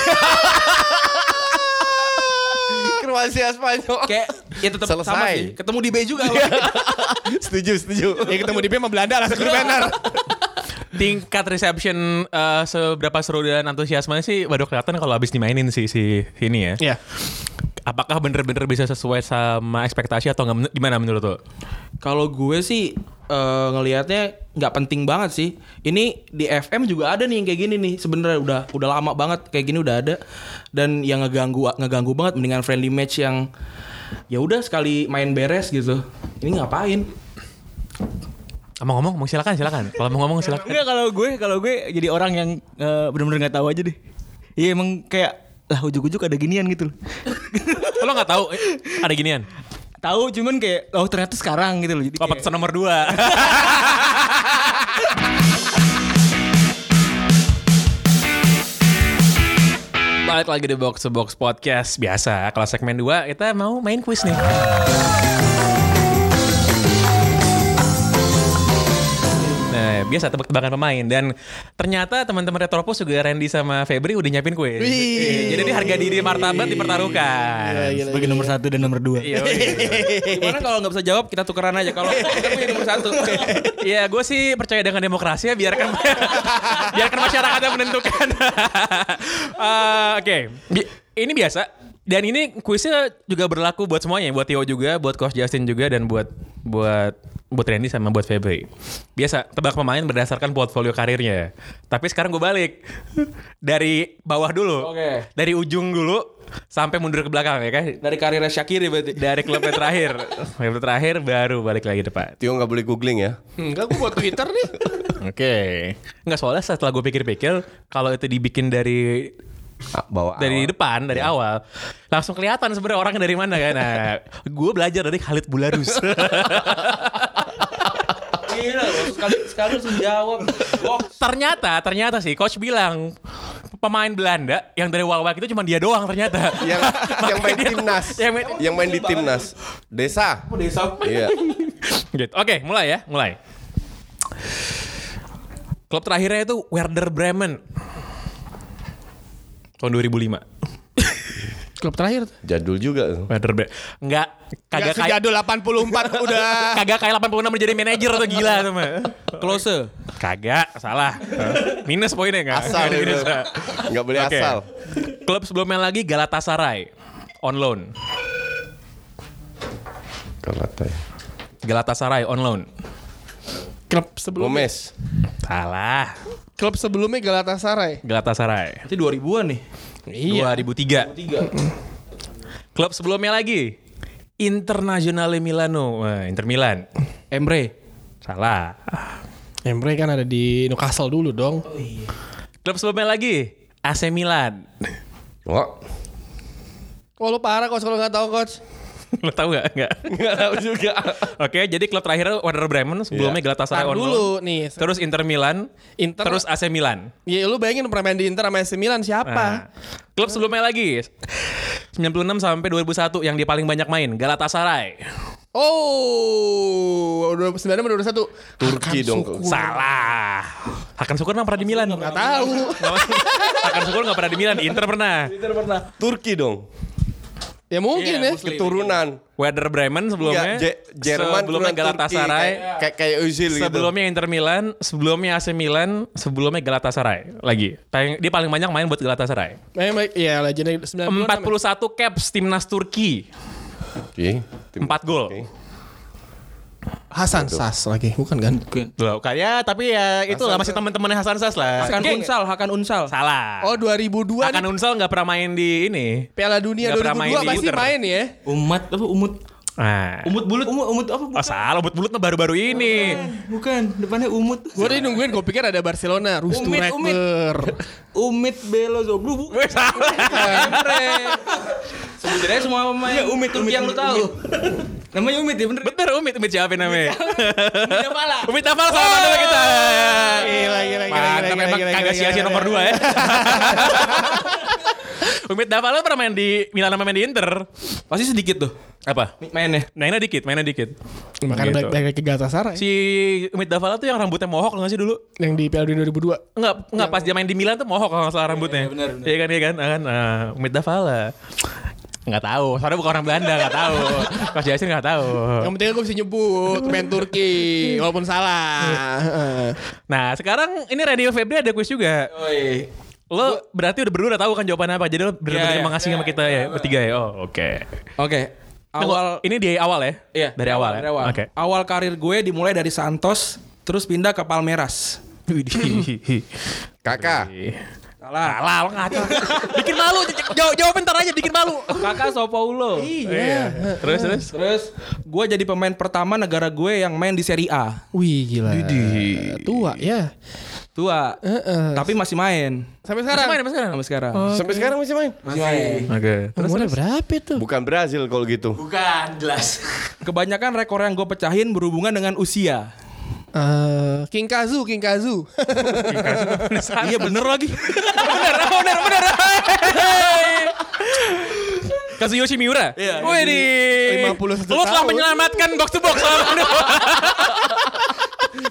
[SPEAKER 3] Kroasia Spanyol.
[SPEAKER 4] Kayak ya tetap sama
[SPEAKER 3] Selesai.
[SPEAKER 4] sih. Ketemu di B juga.
[SPEAKER 3] setuju, setuju.
[SPEAKER 2] ya ketemu di B sama Belanda lah sebelum benar.
[SPEAKER 1] Tingkat reception eh, seberapa seru dan antusiasmenya sih baru kelihatan kalau habis dimainin sih si ini ya.
[SPEAKER 2] Iya.
[SPEAKER 1] Apakah bener-bener bisa sesuai sama ekspektasi atau nggak? Men- Gimana menurut lo?
[SPEAKER 4] Kalau gue sih eh, ngelihatnya nggak penting banget sih. Ini di FM juga ada nih yang kayak gini nih. Sebenarnya udah udah lama banget kayak gini udah ada. Dan yang ngeganggu ngeganggu banget mendingan friendly match yang ya udah sekali main beres gitu. Ini ngapain?
[SPEAKER 1] Mau ngomong, mau silakan, silakan. Kalau mau ngomong silakan.
[SPEAKER 5] Enggak kalau gue kalau gue jadi orang yang eh, bener-bener nggak tahu aja deh. Iya emang kayak lah ujuk-ujuk ada ginian gitu. loh.
[SPEAKER 1] Lo nggak tahu eh, ada ginian?
[SPEAKER 5] tahu cuman kayak oh ternyata sekarang gitu loh. Jadi
[SPEAKER 1] Oh,
[SPEAKER 5] kayak-
[SPEAKER 1] pesan nomor dua. Balik lagi di Box to Box Podcast Biasa, kelas segmen 2 Kita mau main kuis nih Nah, biasa tebak-tebakan pemain dan ternyata teman-teman Retropus juga Randy sama Febri udah nyiapin kuis.
[SPEAKER 2] Wih.
[SPEAKER 1] Jadi ini harga diri martabat dipertaruhkan.
[SPEAKER 5] sebagai nomor satu dan nomor dua.
[SPEAKER 1] Iya, iya.
[SPEAKER 4] Gimana kalau nggak bisa jawab kita tukeran aja. Kalau kita punya nomor satu.
[SPEAKER 1] Iya, gue sih percaya dengan demokrasi ya biarkan biarkan masyarakat yang menentukan. Eh, Oke, Bi- ini biasa. Dan ini kuisnya juga berlaku buat semuanya, buat Tio juga, buat Coach Justin juga, dan buat buat buat Randy sama buat Febri. Biasa tebak pemain berdasarkan portfolio karirnya. Tapi sekarang gue balik dari bawah dulu,
[SPEAKER 4] Oke.
[SPEAKER 1] dari ujung dulu sampai mundur ke belakang ya kan.
[SPEAKER 4] Dari karirnya Syakiri berarti.
[SPEAKER 1] Dari klubnya terakhir, klubnya terakhir baru balik lagi depan.
[SPEAKER 3] Tio nggak boleh googling ya.
[SPEAKER 2] Enggak gua buat Twitter nih.
[SPEAKER 1] Oke. Nggak soalnya setelah gue pikir-pikir, kalau itu dibikin dari
[SPEAKER 3] Ah, Bawa
[SPEAKER 1] dari
[SPEAKER 3] awal.
[SPEAKER 1] depan, dari awal, Iya. langsung kelihatan sebenarnya orangnya dari mana kan. Nah, gue belajar dari Khalid Bularus.
[SPEAKER 4] Gila loh. Sekali sekali harus menjawab. Box.
[SPEAKER 1] ternyata, ternyata sih coach bilang pemain Belanda yang dari Walwak itu cuma dia doang ternyata.
[SPEAKER 3] yang yang main timnas.
[SPEAKER 1] yang main- Iya.
[SPEAKER 3] Yang main di timnas. Desa.
[SPEAKER 4] Desa.
[SPEAKER 3] Iya.
[SPEAKER 1] Gitu. Oke, mulai ya, mulai. Klub terakhirnya itu Werder Bremen. Tahun 2005.
[SPEAKER 2] Klub terakhir.
[SPEAKER 3] Jadul juga. tuh.
[SPEAKER 1] Werder Bremen. Enggak
[SPEAKER 2] Enggak
[SPEAKER 1] kagak kayak
[SPEAKER 2] sejadul 84 udah.
[SPEAKER 1] kagak kayak 86 menjadi manajer tuh gila tuh mah.
[SPEAKER 4] Close.
[SPEAKER 1] Kagak, salah. Minus poinnya enggak?
[SPEAKER 3] Asal itu. Nggak boleh
[SPEAKER 1] Oke.
[SPEAKER 3] asal.
[SPEAKER 1] Klub sebelumnya lagi Galatasaray on loan.
[SPEAKER 3] Galatasaray.
[SPEAKER 1] Galatasaray on loan.
[SPEAKER 2] Klub sebelumnya.
[SPEAKER 3] Gomez.
[SPEAKER 1] Salah.
[SPEAKER 2] Klub sebelumnya Galatasaray.
[SPEAKER 1] Galatasaray.
[SPEAKER 4] Itu 2000-an nih.
[SPEAKER 1] 2003.
[SPEAKER 4] Iya. Tiga.
[SPEAKER 1] Klub sebelumnya lagi Internazionale Milano. Wah, Inter Milan.
[SPEAKER 4] Emre.
[SPEAKER 1] Salah.
[SPEAKER 2] Emre kan ada di Newcastle dulu dong.
[SPEAKER 1] Klub sebelumnya lagi AC Milan.
[SPEAKER 3] Oh.
[SPEAKER 2] Wah Oh, lu parah coach kalau nggak tahu coach.
[SPEAKER 1] Lo tau gak? Enggak.
[SPEAKER 3] Nggak tahu juga. Iya.
[SPEAKER 1] Oke, jadi klub terakhir Werder Bremen, sebelumnya Galatasaray
[SPEAKER 2] Tar
[SPEAKER 1] on loan.
[SPEAKER 2] dulu nih.
[SPEAKER 1] Terus Inter Milan,
[SPEAKER 2] Inter-
[SPEAKER 1] terus AC Milan.
[SPEAKER 2] Ya lu bayangin pernah main di Inter sama AC
[SPEAKER 1] Nah,
[SPEAKER 2] Milan
[SPEAKER 3] Ah.
[SPEAKER 2] siapa?
[SPEAKER 1] klub sebelumnya lagi 96 sampai 2001 yang dia paling banyak main Galatasaray.
[SPEAKER 2] Oh, 29 menurut satu.
[SPEAKER 3] Turki dong.
[SPEAKER 1] Salah. Hakan Sukur nggak pernah di Milan.
[SPEAKER 2] Gak tahu.
[SPEAKER 1] Hakan Sukur nggak pernah di Milan, di Inter pernah.
[SPEAKER 3] Turki dong.
[SPEAKER 2] Ya mungkin ya.
[SPEAKER 3] Keturunan.
[SPEAKER 1] Werder Bremen sebelumnya,
[SPEAKER 3] Nggak, Je-
[SPEAKER 1] ya? sebelumnya
[SPEAKER 3] Jerman keturunan
[SPEAKER 1] Galatasaray,
[SPEAKER 3] Turki, kayak- kayak kayak Özil gitu.
[SPEAKER 1] sebelumnya Inter Milan, sebelumnya AC Milan, sebelumnya Galatasaray lagi. Paling- Dia paling banyak main buat Galatasaray.
[SPEAKER 2] Eh, baik. ya legenda 90
[SPEAKER 1] 41 caps timnas Turki,
[SPEAKER 3] Oke. Tim-
[SPEAKER 1] 4 gol.
[SPEAKER 3] Oke.
[SPEAKER 2] Hasan Sas lagi, bukan kan?
[SPEAKER 1] Loh, kayak tapi ya itulah masih teman-temannya Hasan Sas lah.
[SPEAKER 4] Hakan
[SPEAKER 1] Oke.
[SPEAKER 4] Unsal, Hakan Unsal.
[SPEAKER 1] Salah.
[SPEAKER 2] Oh, 2002
[SPEAKER 1] Hakan
[SPEAKER 2] nih.
[SPEAKER 1] Unsal nggak pernah main di ini.
[SPEAKER 2] Piala Dunia
[SPEAKER 1] Nggak pernah main
[SPEAKER 2] 2002
[SPEAKER 1] di
[SPEAKER 2] pasti
[SPEAKER 1] Inter.
[SPEAKER 2] main ya.
[SPEAKER 5] Umat apa umut?
[SPEAKER 1] Ah.
[SPEAKER 5] Umut bulut. Umut, umut apa?
[SPEAKER 1] Oh
[SPEAKER 5] Bukan.
[SPEAKER 1] salah, bulut-bulut baru-baru ini.
[SPEAKER 5] Bukan, depannya umut.
[SPEAKER 2] Gue tadi nungguin, gue pikir ada Barcelona, Rustu
[SPEAKER 5] Umit, umit.
[SPEAKER 2] Rekler.
[SPEAKER 5] Umit Belozoglu bu.
[SPEAKER 1] Gue salah.
[SPEAKER 4] Sebenarnya semua pemain
[SPEAKER 5] Iya, Umit, Umit,
[SPEAKER 4] yang lu
[SPEAKER 5] Umit,
[SPEAKER 4] tahu.
[SPEAKER 5] Namanya umit ya bener.
[SPEAKER 1] Bener Umit, Umit siapa namanya?
[SPEAKER 5] Umit malah.
[SPEAKER 1] Umit apa salah mana kita?
[SPEAKER 2] Gila, gila, gila, gila,
[SPEAKER 1] Mantap
[SPEAKER 2] gila,
[SPEAKER 1] memang
[SPEAKER 2] gila,
[SPEAKER 1] kagak
[SPEAKER 2] gila,
[SPEAKER 1] sia-sia
[SPEAKER 2] gila,
[SPEAKER 1] nomor
[SPEAKER 2] gila.
[SPEAKER 1] 2 ya. Umit Dava lo pernah main di Milan sama main di Inter.
[SPEAKER 4] Pasti sedikit tuh
[SPEAKER 1] Apa?
[SPEAKER 4] mainnya.
[SPEAKER 1] Mainnya dikit, mainnya dikit.
[SPEAKER 2] Makanya
[SPEAKER 1] Gitu.
[SPEAKER 2] balik balik lagi ke Galatasaray
[SPEAKER 1] Si Umit Davala tuh yang rambutnya mohok lo nggak sih dulu?
[SPEAKER 2] yang di Piala Dunia 2002.
[SPEAKER 1] Enggak,
[SPEAKER 4] Iya,
[SPEAKER 1] enggak pas dia main di Milan tuh mohok kalau nggak salah rambutnya. Iya kan, iya kan, Ah, kan. ah, Umit Davala. Enggak tahu, soalnya bukan orang Belanda, enggak tahu. Mas Yasin enggak tahu.
[SPEAKER 2] Yang penting gue bisa nyebut main Turki walaupun salah. Heeh.
[SPEAKER 1] Nah, sekarang ini Radio Febri ada kuis juga.
[SPEAKER 4] Oi.
[SPEAKER 1] Lo berarti udah berdua udah tahu kan jawaban apa. Jadi lo benar-benar
[SPEAKER 4] Iya,
[SPEAKER 1] terima
[SPEAKER 4] iya.
[SPEAKER 1] kasih sama kita ya, bertiga ya. Oh, oke.
[SPEAKER 4] Oke.
[SPEAKER 1] Tunggu,
[SPEAKER 4] Awal
[SPEAKER 1] ini di awal ya?
[SPEAKER 4] Iya,
[SPEAKER 1] Dari awal. ya?
[SPEAKER 4] Dari awal.
[SPEAKER 1] Oke.
[SPEAKER 4] Awal karir gue dimulai dari Santos, terus pindah ke Palmeiras.
[SPEAKER 3] Kakak.
[SPEAKER 4] Salah.
[SPEAKER 1] Alah, lo ngaco. Bikin malu. Jawab, jawab bentar aja bikin malu.
[SPEAKER 4] Kakak Sao Paulo.
[SPEAKER 1] Iya. Terus terus.
[SPEAKER 4] Terus gue jadi pemain pertama negara gue yang main di Serie A.
[SPEAKER 2] Wih gila. Tua ya.
[SPEAKER 4] Tua.
[SPEAKER 2] Heeh.
[SPEAKER 4] Tapi masih main
[SPEAKER 2] Sampai
[SPEAKER 1] Sekarang
[SPEAKER 2] sekarang.
[SPEAKER 1] main apa sekarang?
[SPEAKER 4] sampai sekarang.
[SPEAKER 3] Sampai sekarang masih main?
[SPEAKER 4] Masih main.
[SPEAKER 1] Oke.
[SPEAKER 2] Umurnya berapa tuh?
[SPEAKER 3] Bukan Brazil kalau gitu.
[SPEAKER 5] Bukan, jelas.
[SPEAKER 4] Kebanyakan rekor yang gue pecahin berhubungan dengan usia.
[SPEAKER 2] Eh, King Kazu, King Kazu.
[SPEAKER 4] iya bener lagi.
[SPEAKER 1] bener, bener, bener. Kazuyoshi Miura. Iya. Wih di.
[SPEAKER 2] 51
[SPEAKER 1] Lo telah
[SPEAKER 2] tahun.
[SPEAKER 1] menyelamatkan box to box. Aduh.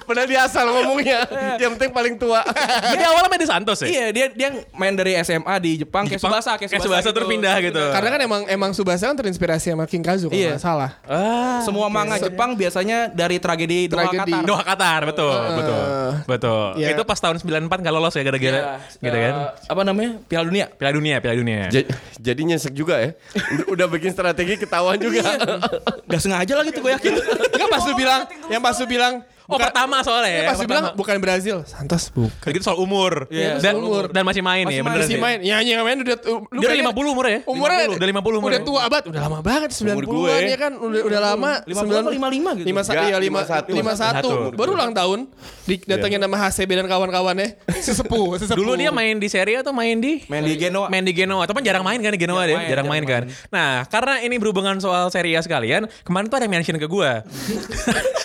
[SPEAKER 3] Padahal dia asal ngomongnya. Yang penting paling tua.
[SPEAKER 1] Jadi Iya. awalnya main di Santos ya?
[SPEAKER 4] iya dia dia main dari SMA di Jepang, kayak Subasa, kayak
[SPEAKER 1] Kayak Subasa
[SPEAKER 4] gitu.
[SPEAKER 1] terpindah gitu.
[SPEAKER 2] Karena kan emang emang Subasa kan terinspirasi sama King Kazu kalau
[SPEAKER 4] Iya.
[SPEAKER 2] nggak salah.
[SPEAKER 1] Ah.
[SPEAKER 4] Semua manga Jepang biasanya dari tragedi Doha
[SPEAKER 2] Tragedi.
[SPEAKER 4] Qatar.
[SPEAKER 1] Doha Qatar, betul, betul. Betul.
[SPEAKER 2] Iya.
[SPEAKER 1] Itu pas tahun 94 nggak lolos ya gara-gara gitu kan.
[SPEAKER 4] Iya. Eh, apa namanya? Piala Dunia.
[SPEAKER 1] Piala dunia, Piala dunia.
[SPEAKER 3] Jadi nyesek juga ya. Udah, udah bikin strategi ketahuan juga.
[SPEAKER 4] Gak sengaja lagi tuh gue yakin.
[SPEAKER 2] Enggak pas lu bilang, yang pas lu bilang
[SPEAKER 1] oh, pertama soalnya ya.
[SPEAKER 2] yang Iya, pas lu bilang
[SPEAKER 1] pertama.
[SPEAKER 2] bukan Brazil, Santos bukan.
[SPEAKER 1] Kayak gitu soal umur.
[SPEAKER 4] Iya,
[SPEAKER 1] dan,
[SPEAKER 2] soal umur.
[SPEAKER 1] dan masih main ya,
[SPEAKER 4] Masih main,
[SPEAKER 1] bener
[SPEAKER 2] Masih
[SPEAKER 1] sih.
[SPEAKER 2] main. Ya anjing yang main udah uh, lu
[SPEAKER 1] Dia udah
[SPEAKER 2] kan-
[SPEAKER 1] 50 umurnya ya?
[SPEAKER 2] Umurnya
[SPEAKER 1] udah 50 umurnya.
[SPEAKER 2] Udah tua abad, udah lama banget 90-an
[SPEAKER 3] gue.
[SPEAKER 2] ya kan, udah udah lama
[SPEAKER 4] 50 apa 55 gitu?
[SPEAKER 2] 51
[SPEAKER 3] Enggak,
[SPEAKER 2] ya
[SPEAKER 1] 51.
[SPEAKER 2] 51.
[SPEAKER 3] 51.
[SPEAKER 2] Baru ulang tahun didatengin
[SPEAKER 3] Iya.
[SPEAKER 2] sama HCB dan kawan-kawannya sesepuh, sesepuh.
[SPEAKER 1] Dulu dia main di Serie A atau main di
[SPEAKER 4] Main di Genoa.
[SPEAKER 1] main di Genoa, tapi jarang main kan di Genoa
[SPEAKER 4] Jarang
[SPEAKER 1] deh,
[SPEAKER 4] main,
[SPEAKER 1] jarang main
[SPEAKER 4] jarang
[SPEAKER 1] kan. Nah, karena ini berhubungan soal Serie A sekalian, kemarin tuh ada yang mention ke gua.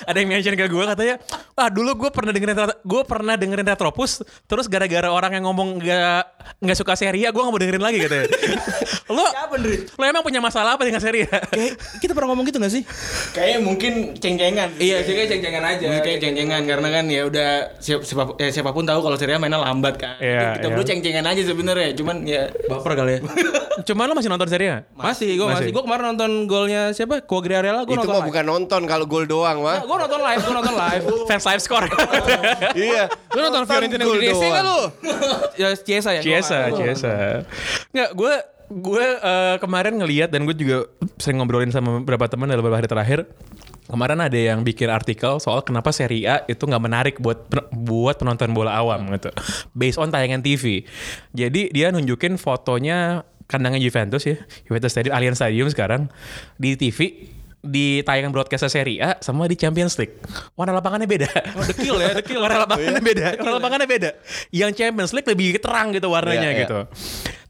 [SPEAKER 1] ada yang mention ke gua katanya, "Wah, dulu gua pernah dengerin Retro- gua pernah dengerin Retropus, terus gara-gara orang yang ngomong nggak nggak suka Serie A, gua nggak mau dengerin lagi," katanya. lo Lo emang punya masalah apa dengan Serie A?
[SPEAKER 4] Kayak kita pernah ngomong gitu gak sih?
[SPEAKER 5] Kayaknya mungkin ceng-cengan.
[SPEAKER 4] Iya, sih kayak ceng-cengan aja.
[SPEAKER 5] Kayak ceng-cengan karena kan ya udah siap, siapa, ya siapapun tahu kalau Serie A mainnya lambat kan.
[SPEAKER 1] Iya,
[SPEAKER 5] kita
[SPEAKER 1] iya.
[SPEAKER 5] berdua ceng-cengan aja sebenarnya, cuman ya
[SPEAKER 4] Baper kali ya.
[SPEAKER 1] Cuman lo masih nonton Serie A?
[SPEAKER 4] masih, gue masih.
[SPEAKER 1] Masih.
[SPEAKER 4] Gue kemarin nonton golnya siapa? Quagliarella gue
[SPEAKER 3] Itu
[SPEAKER 4] nonton.
[SPEAKER 3] mah bukan nonton kalau gol doang, mah.
[SPEAKER 4] Gue nonton live, gue nonton live.
[SPEAKER 1] Fans live score.
[SPEAKER 3] iya.
[SPEAKER 2] Lu nonton Fiorentina
[SPEAKER 3] gol
[SPEAKER 2] Udinese
[SPEAKER 3] doang.
[SPEAKER 2] enggak lu?
[SPEAKER 4] ya Ciesa ya. gua
[SPEAKER 1] Ciesa,
[SPEAKER 4] nggak tahu.
[SPEAKER 1] Ciesa. Nggak, gue gue eh, kemarin ngelihat dan gue juga sering ngobrolin sama beberapa teman dalam beberapa hari terakhir. Kemarin ada yang bikin artikel soal kenapa Serie A itu nggak menarik buat buat penonton bola awam gitu. Based on tayangan TV. Jadi dia nunjukin fotonya kandangnya Juventus ya, Juventus Stadium, Allianz Stadium sekarang di TV di tayangan broadcast Serie A sama di Champions League. Warna lapangannya beda. Oh, dekil ya, dekil. Warna lapangannya beda. Warna lapangannya beda. Yang Champions League lebih terang gitu warnanya
[SPEAKER 3] Iya, iya.
[SPEAKER 1] gitu.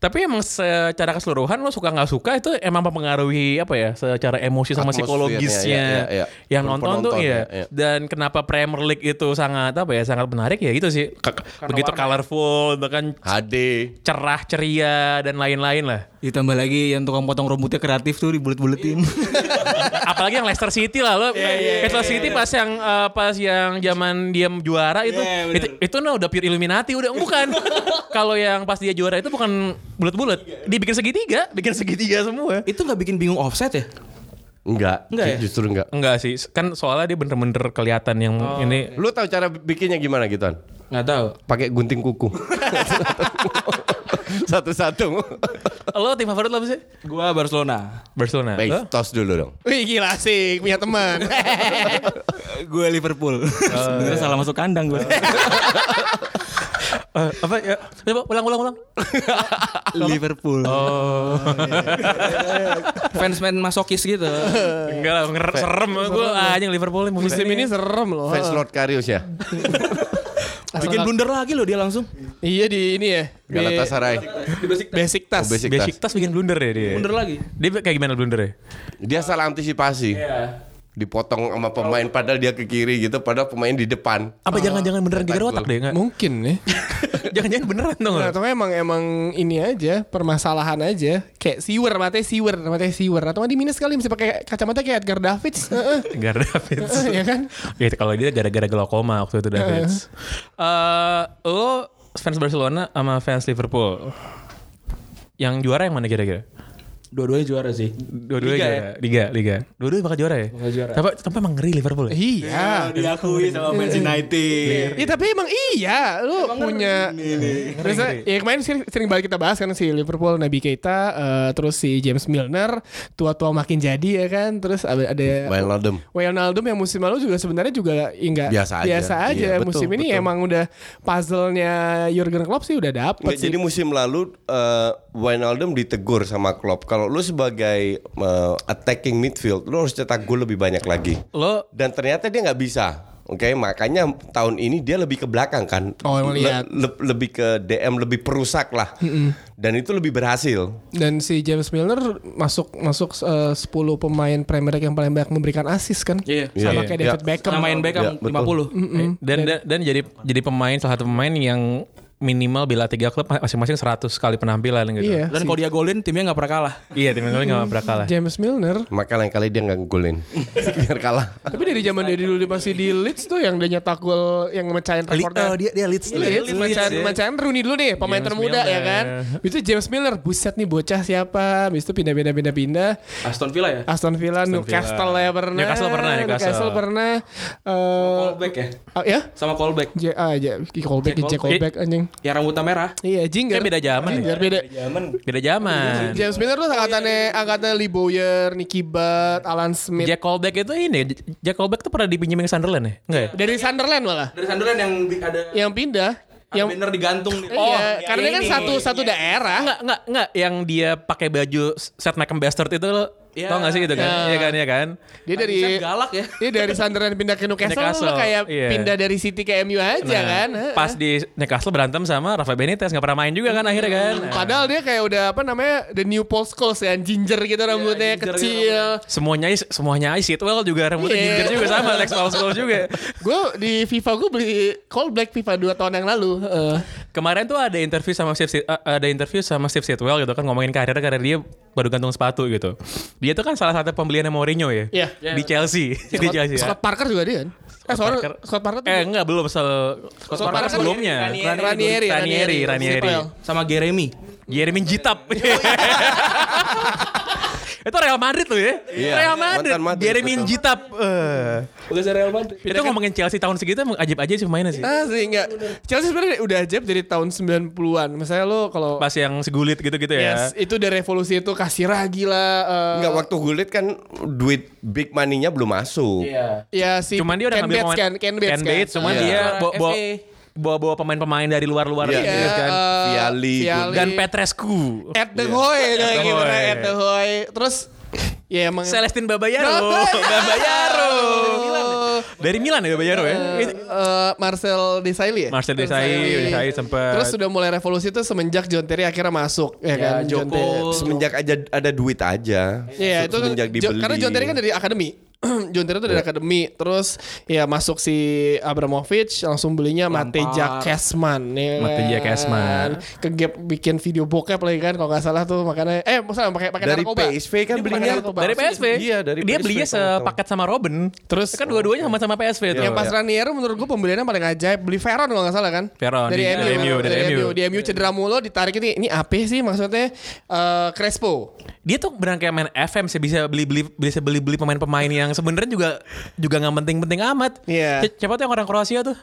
[SPEAKER 1] Tapi emang secara keseluruhan lo suka nggak suka itu emang mempengaruhi apa ya secara emosi sama
[SPEAKER 3] Atmosfernya,
[SPEAKER 1] psikologisnya
[SPEAKER 3] iya, iya, iya.
[SPEAKER 1] yang nonton tuh
[SPEAKER 3] Penonton,
[SPEAKER 1] ya.
[SPEAKER 3] iya, iya.
[SPEAKER 1] Dan kenapa Premier League itu sangat apa ya sangat menarik ya gitu sih. Begitu colorful bahkan
[SPEAKER 3] HD.
[SPEAKER 1] cerah ceria dan lain-lain lah.
[SPEAKER 5] ditambah lagi yang tukang potong rambutnya kreatif tuh dibulet-buletin.
[SPEAKER 1] apalagi yang Leicester City lah lo
[SPEAKER 3] Iya,
[SPEAKER 1] Leicester City pas yang eh, pas yang zaman dia juara itu
[SPEAKER 3] Iya,
[SPEAKER 1] itu itu nah udah pure Illuminati udah bukan kalau yang pas dia juara itu bukan bulat-bulat
[SPEAKER 3] Iya.
[SPEAKER 1] dibikin segitiga bikin segitiga semua
[SPEAKER 4] Itu nggak bikin bingung offset ya?
[SPEAKER 3] Enggak.
[SPEAKER 4] Enggak ya?
[SPEAKER 3] Justru enggak.
[SPEAKER 1] enggak sih kan soalnya dia bener-bener kelihatan yang ini
[SPEAKER 3] Lu tahu cara bikinnya gimana gitu, An?
[SPEAKER 4] Nggak tahu.
[SPEAKER 3] Pakai gunting kuku. satu-satu.
[SPEAKER 1] iya. Lo tim favorit lo apa sih?
[SPEAKER 4] Gua Barcelona.
[SPEAKER 1] Barcelona. Lo?
[SPEAKER 3] Baik, tos dulu dong.
[SPEAKER 2] Wih gila sih punya teman.
[SPEAKER 5] gue Liverpool. Sebenarnya salah masuk kandang gue.
[SPEAKER 1] Eh, apa ya? Coba ulang ulang ulang.
[SPEAKER 5] Liverpool.
[SPEAKER 1] Oh, iya.
[SPEAKER 4] Fans main masokis gitu.
[SPEAKER 1] Enggak lah, nger- serem gue anjing Liverpool nih musim
[SPEAKER 2] Musim ini serem loh.
[SPEAKER 3] Fans Lord Karius ya.
[SPEAKER 4] Bikin blunder lagi loh dia langsung.
[SPEAKER 2] Iya di ini ya. di
[SPEAKER 3] Galatasaray.
[SPEAKER 2] Basic tas.
[SPEAKER 3] Oh, basic.
[SPEAKER 1] Basic tas bikin blunder ya dia.
[SPEAKER 4] Blunder lagi.
[SPEAKER 1] Dia kayak gimana ya? blundernya?
[SPEAKER 3] Dia salah antisipasi.
[SPEAKER 2] Iya.
[SPEAKER 3] Dipotong sama pemain padahal dia ke kiri gitu, padahal pemain di depan.
[SPEAKER 1] Apa jangan-jangan beneran geger otak deh enggak?
[SPEAKER 2] Mungkin ya. nih.
[SPEAKER 1] Jangan-jangan beneran dong.
[SPEAKER 2] Nah, atau emang emang ini aja permasalahan aja kayak siwer matanya siwer matanya siwer atau di minus kali mesti pakai kacamata kayak Edgar Davids Heeh.
[SPEAKER 1] Gara Davids.
[SPEAKER 2] Eh, ya kan?
[SPEAKER 1] Ya kalau dia gara-gara glaukoma waktu itu Davids. Eh lo fans Barcelona sama fans Liverpool. Yang juara yang mana kira-kira?
[SPEAKER 4] Dua-duanya juara sih.
[SPEAKER 1] Dua-duanya
[SPEAKER 4] Liga
[SPEAKER 1] juara. Liga, liga. Dua-duanya bakal juara ya?
[SPEAKER 4] Bakal juara.
[SPEAKER 1] Tapi, tapi emang ngeri Liverpool ya?
[SPEAKER 2] iya
[SPEAKER 5] Diakui sama Man United.
[SPEAKER 2] Iya tapi emang iya lu punya terus ya kemarin sering, sering balik kita bahas kan si Liverpool Nabi Keita eh, terus si James Milner tua-tua makin jadi ya kan terus ada, ada
[SPEAKER 3] Wijnaldum.
[SPEAKER 2] Wijnaldum yang musim lalu juga sebenarnya juga enggak
[SPEAKER 3] Biasa aja.
[SPEAKER 2] aja.
[SPEAKER 3] Iya, betul,
[SPEAKER 2] musim ini
[SPEAKER 3] betul.
[SPEAKER 2] emang udah puzzle-nya Jurgen Klopp sih udah dapet
[SPEAKER 3] Nggak,
[SPEAKER 2] sih.
[SPEAKER 3] jadi musim lalu eh, Wijnaldum ditegur sama Klopp. Kalau lu sebagai eh, attacking midfield, lu harus cetak gol lebih banyak lagi.
[SPEAKER 1] Lo
[SPEAKER 3] Dan ternyata dia nggak bisa. Oke, makanya tahun ini dia lebih ke belakang kan.
[SPEAKER 2] Oh, emang lihat.
[SPEAKER 3] le- lebih ke DM lebih perusak lah. Dan itu lebih berhasil.
[SPEAKER 2] Dan si James Milner masuk masuk eh, 10 pemain Premier League yang paling banyak memberikan asis kan?
[SPEAKER 4] Iya.
[SPEAKER 2] Sama
[SPEAKER 3] Iya.
[SPEAKER 2] kayak
[SPEAKER 3] Iya.
[SPEAKER 2] David Beckham.
[SPEAKER 4] Sama main
[SPEAKER 3] Ya,
[SPEAKER 4] Beckham
[SPEAKER 3] betul.
[SPEAKER 4] 50.
[SPEAKER 1] dan, dan dan jadi jadi pemain salah satu pemain yang minimal bila tiga klub masing-masing 100 kali penampilan gitu.
[SPEAKER 2] Iya.
[SPEAKER 4] Dan kalau dia golin timnya nggak pernah kalah.
[SPEAKER 1] Iya, tim Liverpool enggak pernah kalah.
[SPEAKER 2] James Milner.
[SPEAKER 3] Maka lain kali dia nggak ngegolin. Biar kalah.
[SPEAKER 2] Tapi dari zaman dia dulu dia masih di Leeds tuh yang dia nyetak gol yang mecahin
[SPEAKER 5] oh,
[SPEAKER 2] rekornya. Iya,
[SPEAKER 1] dia dia Leeds
[SPEAKER 2] oh,
[SPEAKER 4] Iya,
[SPEAKER 2] Leeds, mecahin, mecahin Rooney dulu nih pemain
[SPEAKER 1] James
[SPEAKER 2] termuda ya
[SPEAKER 1] Milner.
[SPEAKER 2] kan. Habis Itu James Milner buset nih bocah siapa. Habis itu pindah-pindah pindah-pindah.
[SPEAKER 4] Aston Villa ya.
[SPEAKER 2] Aston Villa, Newcastle ya pernah.
[SPEAKER 1] Newcastle pernah, Newcastle.
[SPEAKER 2] Newcastle pernah. Eh,
[SPEAKER 4] Callback ya.
[SPEAKER 2] ah, ya?
[SPEAKER 4] Sama callback.
[SPEAKER 2] J ah, ya, callback,
[SPEAKER 4] Jack
[SPEAKER 2] Jack callback anjing.
[SPEAKER 4] Yang Ya, rambutnya merah.
[SPEAKER 2] Iya, Jingger.
[SPEAKER 1] Kan beda zaman ya?
[SPEAKER 2] Jingger beda.
[SPEAKER 1] Beda zaman.
[SPEAKER 2] James Milner tuh angkatannya angkatannya Lee Bowyer, Nicky Butt, Alan Smith.
[SPEAKER 1] Jack Colback itu ini Jack Colback tuh pernah dipinjemin ke Sunderland ya? Enggak ya?
[SPEAKER 2] Dari Sunderland malah.
[SPEAKER 4] Dari Sunderland yang di- ada
[SPEAKER 2] Yang pindah
[SPEAKER 4] yang
[SPEAKER 2] Ya, yang
[SPEAKER 4] banner digantung. nih.
[SPEAKER 2] Oh, iya, karena dia kan
[SPEAKER 4] ini.
[SPEAKER 2] satu satu daerah.
[SPEAKER 1] Enggak, enggak, enggak yang dia pakai baju set Malcolm Bastard itu lo
[SPEAKER 4] Iya.
[SPEAKER 1] tau gak sih gitu kan?
[SPEAKER 2] Iya.
[SPEAKER 1] Iya kan, iya kan?
[SPEAKER 2] Dia dari
[SPEAKER 4] Bisa galak ya.
[SPEAKER 2] dia dari Sunderland pindah ke Newcastle,
[SPEAKER 1] Newcastle,
[SPEAKER 2] lu kayak
[SPEAKER 1] iya.
[SPEAKER 2] pindah dari City ke MU aja
[SPEAKER 1] Nah,
[SPEAKER 2] kan.
[SPEAKER 1] Pas di Newcastle berantem sama Rafa Benitez nggak pernah main juga kan akhirnya kan? Nah,
[SPEAKER 2] Padahal dia kayak udah apa namanya the new Paul Scholes ya, ginger gitu rambutnya
[SPEAKER 4] ginger gitu
[SPEAKER 2] kecil.
[SPEAKER 1] semuanya semuanya Ice Well juga rambutnya
[SPEAKER 2] Iya.
[SPEAKER 1] ginger juga sama Alex Walsall juga.
[SPEAKER 2] Gue di FIFA gue beli Call Black FIFA 2 tahun yang lalu. Heeh.
[SPEAKER 1] Kemarin tuh ada interview sama Steve Sit- eh, ada interview sama Steve Sitwell gitu kan ngomongin karirnya karena dia baru gantung sepatu gitu. Dia tuh kan salah satu pembeliannya Mourinho ya.
[SPEAKER 2] Iya.
[SPEAKER 1] Di Chelsea. di Chelsea. ya.
[SPEAKER 2] Scott Parker juga dia kan. Eh, Scott Parker.
[SPEAKER 1] Parker.
[SPEAKER 2] Scott Parker tuh
[SPEAKER 1] Eh enggak belum soal Scott
[SPEAKER 2] Parker
[SPEAKER 1] Parker
[SPEAKER 2] kan
[SPEAKER 1] sebelumnya.
[SPEAKER 2] Ranieri, Ranieri,
[SPEAKER 1] Ranieri, Ranieri.
[SPEAKER 2] Sipel.
[SPEAKER 4] Sama Jeremy.
[SPEAKER 1] Jeremy Jitap. Itu Real Madrid tuh ya.
[SPEAKER 3] Iya.
[SPEAKER 1] Real Madrid.
[SPEAKER 3] Mantan Madrid,
[SPEAKER 1] Jeremy
[SPEAKER 3] betul.
[SPEAKER 1] Jitap. Eh.
[SPEAKER 4] Bukan Real Madrid.
[SPEAKER 1] Itu ngomongin Chelsea tahun segitu emang ajib aja sih mainnya sih.
[SPEAKER 2] Ah sih enggak. Chelsea sebenarnya udah ajaib dari tahun 90-an. Misalnya lo kalau
[SPEAKER 1] Pas yang segulit gitu-gitu ya.
[SPEAKER 2] Yes, itu udah revolusi itu Kasira gila. eh,
[SPEAKER 3] Enggak waktu gulit kan duit big money-nya belum masuk.
[SPEAKER 4] Iya.
[SPEAKER 2] Ya si
[SPEAKER 1] Cuman dia udah
[SPEAKER 2] Ken
[SPEAKER 1] ngambil
[SPEAKER 2] Bates
[SPEAKER 1] pemain
[SPEAKER 2] kan, Ken Bates kan.
[SPEAKER 1] cuman
[SPEAKER 3] Iya.
[SPEAKER 1] dia
[SPEAKER 4] Juara
[SPEAKER 1] bawa- bawa-
[SPEAKER 4] FA.
[SPEAKER 1] bawa-bawa pemain-pemain dari luar-luar
[SPEAKER 3] Iya.
[SPEAKER 1] gitu kan.
[SPEAKER 2] eh,
[SPEAKER 3] Viali,
[SPEAKER 2] Viali.
[SPEAKER 1] Dan Petrescu.
[SPEAKER 2] At the Hoy, itu
[SPEAKER 1] At the
[SPEAKER 2] gimana
[SPEAKER 1] Hoy.
[SPEAKER 2] At the Hoy. Terus ya emang
[SPEAKER 1] Celestin Babayaro. Babayaro. Dari Milan ya Babayaro ya.
[SPEAKER 2] Eh, eh, Marcel Desailly ya?
[SPEAKER 1] Marcel Desailly, Desailly sempat.
[SPEAKER 2] Terus sudah mulai revolusi itu semenjak John Terry akhirnya masuk ya,
[SPEAKER 4] Ya,
[SPEAKER 2] kan John
[SPEAKER 4] Joko.
[SPEAKER 2] Terry.
[SPEAKER 3] Semenjak aja ada duit aja.
[SPEAKER 2] Iya
[SPEAKER 3] Se-
[SPEAKER 2] itu
[SPEAKER 3] semenjak
[SPEAKER 2] Jo- karena John Terry kan dari akademi. John Terry itu
[SPEAKER 1] Iya.
[SPEAKER 2] dari akademi. Terus ya masuk si Abramovich langsung belinya Mateja Kesman ya. kan.
[SPEAKER 1] Mateja Kesman.
[SPEAKER 2] Ke Gap bikin video bokep lagi kan kalau nggak salah tuh makanya eh maksudnya pakai pakai
[SPEAKER 3] Dari
[SPEAKER 2] narkoba.
[SPEAKER 3] PSV kan
[SPEAKER 2] Dia pakai
[SPEAKER 3] belinya.
[SPEAKER 2] narkoba.
[SPEAKER 1] Dari PSV.
[SPEAKER 3] Iya, dari
[SPEAKER 1] Dia
[SPEAKER 3] PSV,
[SPEAKER 1] belinya
[SPEAKER 3] tahu-tahu.
[SPEAKER 1] sepaket sama Robin. Terus kan dua-duanya sama sama PSV tuh.
[SPEAKER 2] Iya. Yang pas Ranieri menurut gua pembeliannya paling ajaib beli Veron kalau nggak salah kan?
[SPEAKER 1] Veron,
[SPEAKER 2] dari
[SPEAKER 1] di-
[SPEAKER 2] MU,
[SPEAKER 1] dari MU,
[SPEAKER 2] dari
[SPEAKER 1] dari
[SPEAKER 2] MU.
[SPEAKER 1] MU.
[SPEAKER 2] Di MU cedera mulu ditarik itu ini apa sih maksudnya Eh, Crespo.
[SPEAKER 1] dia tuh benar kayak main FM sih bisa beli beli bisa beli beli pemain pemain yang sebenarnya juga juga nggak penting penting amat.
[SPEAKER 2] Iya.
[SPEAKER 1] Si- Siapa tuh yang orang Kroasia tuh?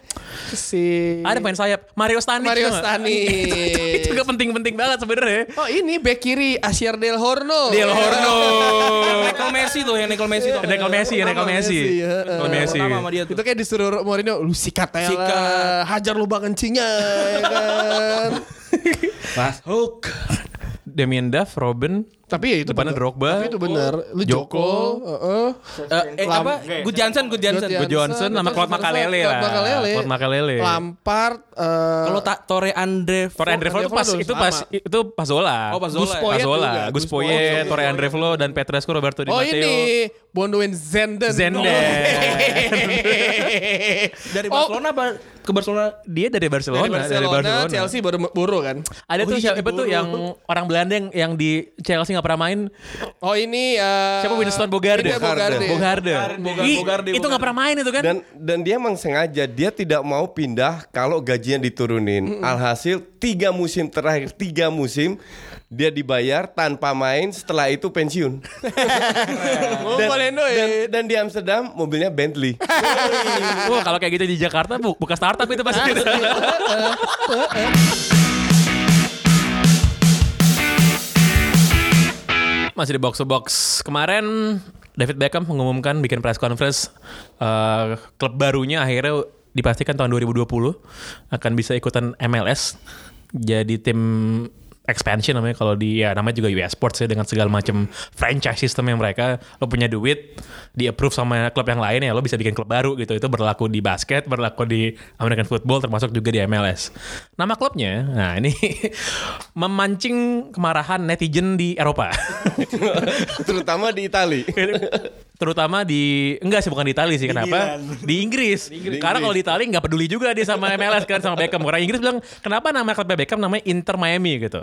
[SPEAKER 2] Si
[SPEAKER 1] Ada pemain sayap Mario Stanic.
[SPEAKER 2] Mario
[SPEAKER 1] tau nggak?
[SPEAKER 2] Stanic.
[SPEAKER 1] itu, itu juga penting penting banget sebenarnya.
[SPEAKER 2] Oh ini bek kiri Asier Del Horno. Iya.
[SPEAKER 1] Del Horno.
[SPEAKER 4] Michael Messi tuh, yang Michael Messi tuh.
[SPEAKER 1] Michael Messi, Michael Messi.
[SPEAKER 2] Messi, ya.
[SPEAKER 4] Oh,
[SPEAKER 1] Michael Messi.
[SPEAKER 4] Pertama sama dia tuh.
[SPEAKER 2] Itu kayak disuruh Mourinho lu sikat aja
[SPEAKER 4] Sikat.
[SPEAKER 2] lah. Hajar lubang kencingnya ya kan.
[SPEAKER 4] Mas Hook.
[SPEAKER 1] Damien Duff, Robin,
[SPEAKER 2] Tapi ya itu
[SPEAKER 1] depannya
[SPEAKER 2] bener.
[SPEAKER 1] Drogba.
[SPEAKER 2] Tapi itu benar. Lu
[SPEAKER 1] Joko.
[SPEAKER 2] Joko, heeh.
[SPEAKER 4] Eh, eh, apa? Good Johnson, Good Johnson.
[SPEAKER 1] Good Johnson sama Claude Makalele lah.
[SPEAKER 2] Makalele.
[SPEAKER 1] Claude Makalele.
[SPEAKER 2] Lampard eh,
[SPEAKER 4] Kalau tak Tore Andre
[SPEAKER 1] Torre Andrevlo itu
[SPEAKER 2] Andrevlo
[SPEAKER 1] pas
[SPEAKER 2] tuh
[SPEAKER 1] itu
[SPEAKER 2] sama.
[SPEAKER 1] pas itu pas Zola.
[SPEAKER 4] Oh, pas Zola
[SPEAKER 1] Gus
[SPEAKER 4] ya.
[SPEAKER 1] Pas Zola,
[SPEAKER 2] juga.
[SPEAKER 1] Gus
[SPEAKER 2] Gus
[SPEAKER 1] Poyet, Torre Andrevlo dan Petrescu Roberto Di
[SPEAKER 2] Oh
[SPEAKER 1] Matteo.
[SPEAKER 2] ini Oh, Bondoin Zenden.
[SPEAKER 1] Zenden.
[SPEAKER 2] iya.
[SPEAKER 4] dari
[SPEAKER 2] Oh.
[SPEAKER 4] Barcelona apa ke Barcelona?
[SPEAKER 1] Dia dari Barcelona,
[SPEAKER 2] Dari Barcelona, Chelsea baru baru kan.
[SPEAKER 1] Ada tuh
[SPEAKER 4] Oh, iya,
[SPEAKER 1] siapa tuh
[SPEAKER 4] baru.
[SPEAKER 1] yang orang Belanda yang, yang di Chelsea nggak pernah main.
[SPEAKER 2] Oh ini eh,
[SPEAKER 1] Siapa Winston Bogarde?
[SPEAKER 2] ini ya, Bogarde.
[SPEAKER 1] Bogarde.
[SPEAKER 4] Bogarde,
[SPEAKER 1] Ih,
[SPEAKER 4] Bogarde,
[SPEAKER 1] Itu nggak pernah main itu kan?
[SPEAKER 3] Dan dan dia emang sengaja dia tidak mau pindah kalau gajinya diturunin. Alhasil tiga musim terakhir tiga musim dia dibayar tanpa main setelah itu pensiun. dan,
[SPEAKER 2] ngumpulin duit.
[SPEAKER 3] dan, dan di Amsterdam mobilnya Bentley.
[SPEAKER 1] Wah, kalau kayak gitu di Jakarta bu, buka startup itu pasti. Masih di box to box. Kemarin David Beckham mengumumkan bikin press conference eh, klub barunya akhirnya dipastikan tahun 2020 akan bisa ikutan MLS jadi tim expansion namanya kalau di ya namanya juga US Sports ya dengan segala macam franchise system yang mereka lo punya duit di approve sama klub yang lain ya lo bisa bikin klub baru gitu itu berlaku di basket berlaku di American football termasuk juga di MLS nama klubnya nah ini memancing kemarahan netizen di Eropa
[SPEAKER 3] Terutama di Itali.
[SPEAKER 1] terutama di enggak sih bukan di Itali sih kenapa di Inggris. karena kalau di Itali nggak peduli juga dia sama MLS kan sama Beckham orang Inggris bilang kenapa nama klubnya Beckham namanya Inter Miami gitu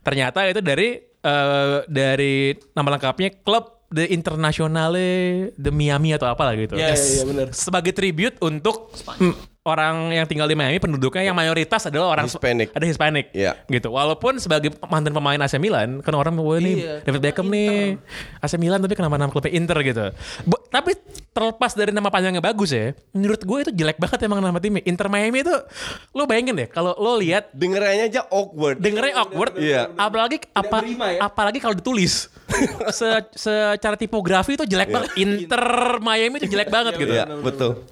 [SPEAKER 1] ternyata itu dari eh, dari nama lengkapnya klub The Internationale de Miami atau apalah gitu
[SPEAKER 4] Iya, iya, iya, benar.
[SPEAKER 1] sebagai tribute untuk mm, orang yang tinggal di Miami penduduknya yang mayoritas adalah orang
[SPEAKER 3] Hispanic.
[SPEAKER 1] ada Hispanic
[SPEAKER 3] Iya.
[SPEAKER 1] gitu walaupun sebagai mantan pemain AC Milan kan orang wah nih
[SPEAKER 4] Iya,
[SPEAKER 1] David Beckham nih AC Milan tapi kenapa nama klubnya Inter gitu Bu- tapi terlepas dari nama panjangnya bagus ya menurut gue itu jelek banget emang nama timnya Inter Miami itu lo bayangin deh kalau lo lihat
[SPEAKER 3] Dengerannya aja awkward.
[SPEAKER 1] dengernya awkward
[SPEAKER 3] Iya.
[SPEAKER 1] apalagi apa
[SPEAKER 4] berima ya.
[SPEAKER 1] apalagi kalau ditulis Se- secara tipografi itu jelek banget Inter Miami itu jelek banget gitu
[SPEAKER 3] Iya, betul.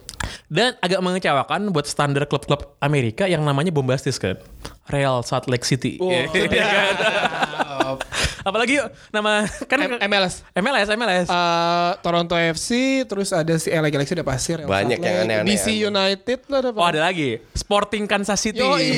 [SPEAKER 1] dan agak mengecewakan buat standar klub-klub Amerika yang namanya bombastis kan. Real Salt Lake City.
[SPEAKER 2] Oh.
[SPEAKER 1] Iya kan? Apalagi yuk, nama kan
[SPEAKER 2] M- MLS.
[SPEAKER 1] MLS MLS.
[SPEAKER 2] Eh, Toronto FC terus ada si LA Galaxy udah pasir El
[SPEAKER 3] Banyak
[SPEAKER 2] Satlek,
[SPEAKER 3] yang aneh-aneh.
[SPEAKER 2] DC United lah ada
[SPEAKER 1] oh ada lagi. Sporting Kansas City.
[SPEAKER 2] Yoi.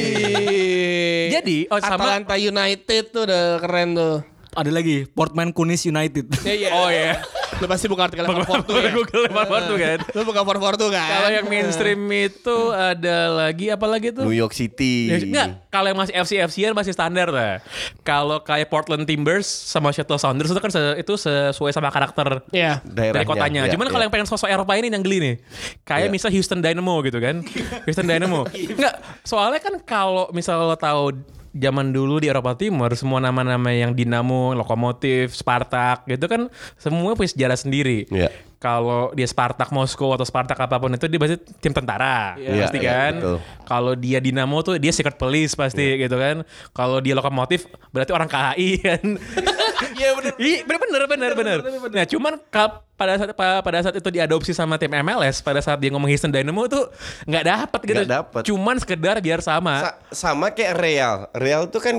[SPEAKER 1] Jadi, oh, sama-
[SPEAKER 2] Atalanta United tuh udah keren tuh
[SPEAKER 5] Ada lagi Portman Kunis United.
[SPEAKER 1] Oh iya.
[SPEAKER 2] Lu pasti buka artikel
[SPEAKER 1] Google
[SPEAKER 2] 442 ya
[SPEAKER 1] Google Fortu kan.
[SPEAKER 2] Lu buka 442 kan
[SPEAKER 1] Kalau yang mainstream itu ada lagi apa lagi tuh?
[SPEAKER 3] New York City.
[SPEAKER 1] Ya, Enggak, kalau yang masih FC FCN masih standar lah. Kalau kayak Portland Timbers sama Seattle Sounders itu kan se- itu sesuai sama karakter
[SPEAKER 2] Iya
[SPEAKER 1] dari
[SPEAKER 3] Daerahnya,
[SPEAKER 1] kotanya.
[SPEAKER 3] iya,
[SPEAKER 1] Cuman kalau
[SPEAKER 3] iya.
[SPEAKER 1] yang pengen sosok Eropa ini yang geli nih. Kayak misal Houston Dynamo gitu kan. Houston Dynamo.
[SPEAKER 3] Iya.
[SPEAKER 1] Enggak, soalnya kan kalau misal lo tahu zaman dulu di Eropa Timur semua nama-nama yang Dinamo, Lokomotif, Spartak gitu kan semua punya sejarah sendiri.
[SPEAKER 3] Iya.
[SPEAKER 1] Kalau dia Spartak Moskow atau Spartak apapun itu dia pasti tim tentara
[SPEAKER 3] Iya,
[SPEAKER 1] pasti
[SPEAKER 3] iya,
[SPEAKER 1] kan.
[SPEAKER 3] betul.
[SPEAKER 1] Kalau dia Dinamo tuh dia secret police pasti gitu kan. Kalau dia Lokomotif berarti orang KHI kan.
[SPEAKER 4] Iya benar.
[SPEAKER 1] Iya bener bener bener bener. Nah cuman kap- pada saat pa- pada saat itu diadopsi sama tim MLS pada saat dia ngomong Houston Dynamo tuh nggak dapat gitu.
[SPEAKER 3] Nggak dapet.
[SPEAKER 1] Cuman sekedar biar sama
[SPEAKER 3] Sa- sama kayak Real. Real tuh kan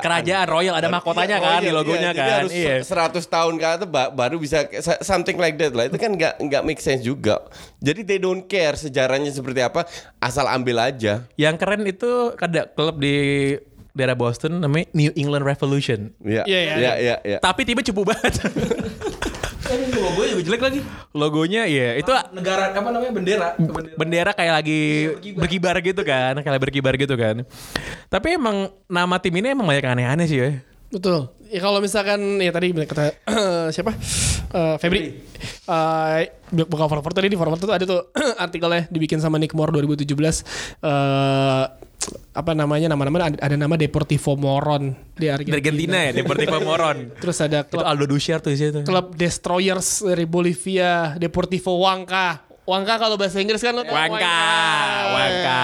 [SPEAKER 1] Ah.
[SPEAKER 3] oh
[SPEAKER 1] kerajaan royal ada
[SPEAKER 3] Iya,
[SPEAKER 1] mahkotanya kan di logonya
[SPEAKER 3] jadi
[SPEAKER 1] kan.
[SPEAKER 3] harus
[SPEAKER 1] Iya.
[SPEAKER 3] 100 tahun ke atas ba- baru bisa ke- sa- something like that lah. Itu kan nggak nggak make sense juga. Jadi they don't care sejarahnya seperti apa, asal ambil aja.
[SPEAKER 1] Yang keren itu ada klub di daerah Boston namanya New England Revolution.
[SPEAKER 3] Iya.
[SPEAKER 2] Iya, iya,
[SPEAKER 3] Iya, iya, iya.
[SPEAKER 1] Tapi tiba cupu banget.
[SPEAKER 4] Logo Eh, juga jelek lagi. Ah,
[SPEAKER 1] Logonya ya itu
[SPEAKER 4] Negara apa namanya bendera? Bendera.
[SPEAKER 1] bendera kayak lagi berkibar. gitu kan, kayak berkibar gitu kan. Tapi emang nama tim ini emang banyak yang aneh-aneh sih ya.
[SPEAKER 2] Betul. Ya kalau misalkan ya tadi bilang kata siapa? Eh, Febri. Eh bukan forward tadi di forward itu ada tuh artikelnya dibikin sama Nick Moore 2017 eh apa namanya nama-nama ada, ada nama Deportivo Moron di Argentina.
[SPEAKER 1] Dari Argentina ya, Deportivo Moron.
[SPEAKER 2] Terus ada
[SPEAKER 1] Itu
[SPEAKER 2] klub,
[SPEAKER 1] Aldo Dushar tuh isinya tuh.
[SPEAKER 2] klub Destroyers dari Bolivia, Deportivo Wangka. Wangka kalau bahasa Inggris kan lo tau,
[SPEAKER 1] Wangka, Wangka.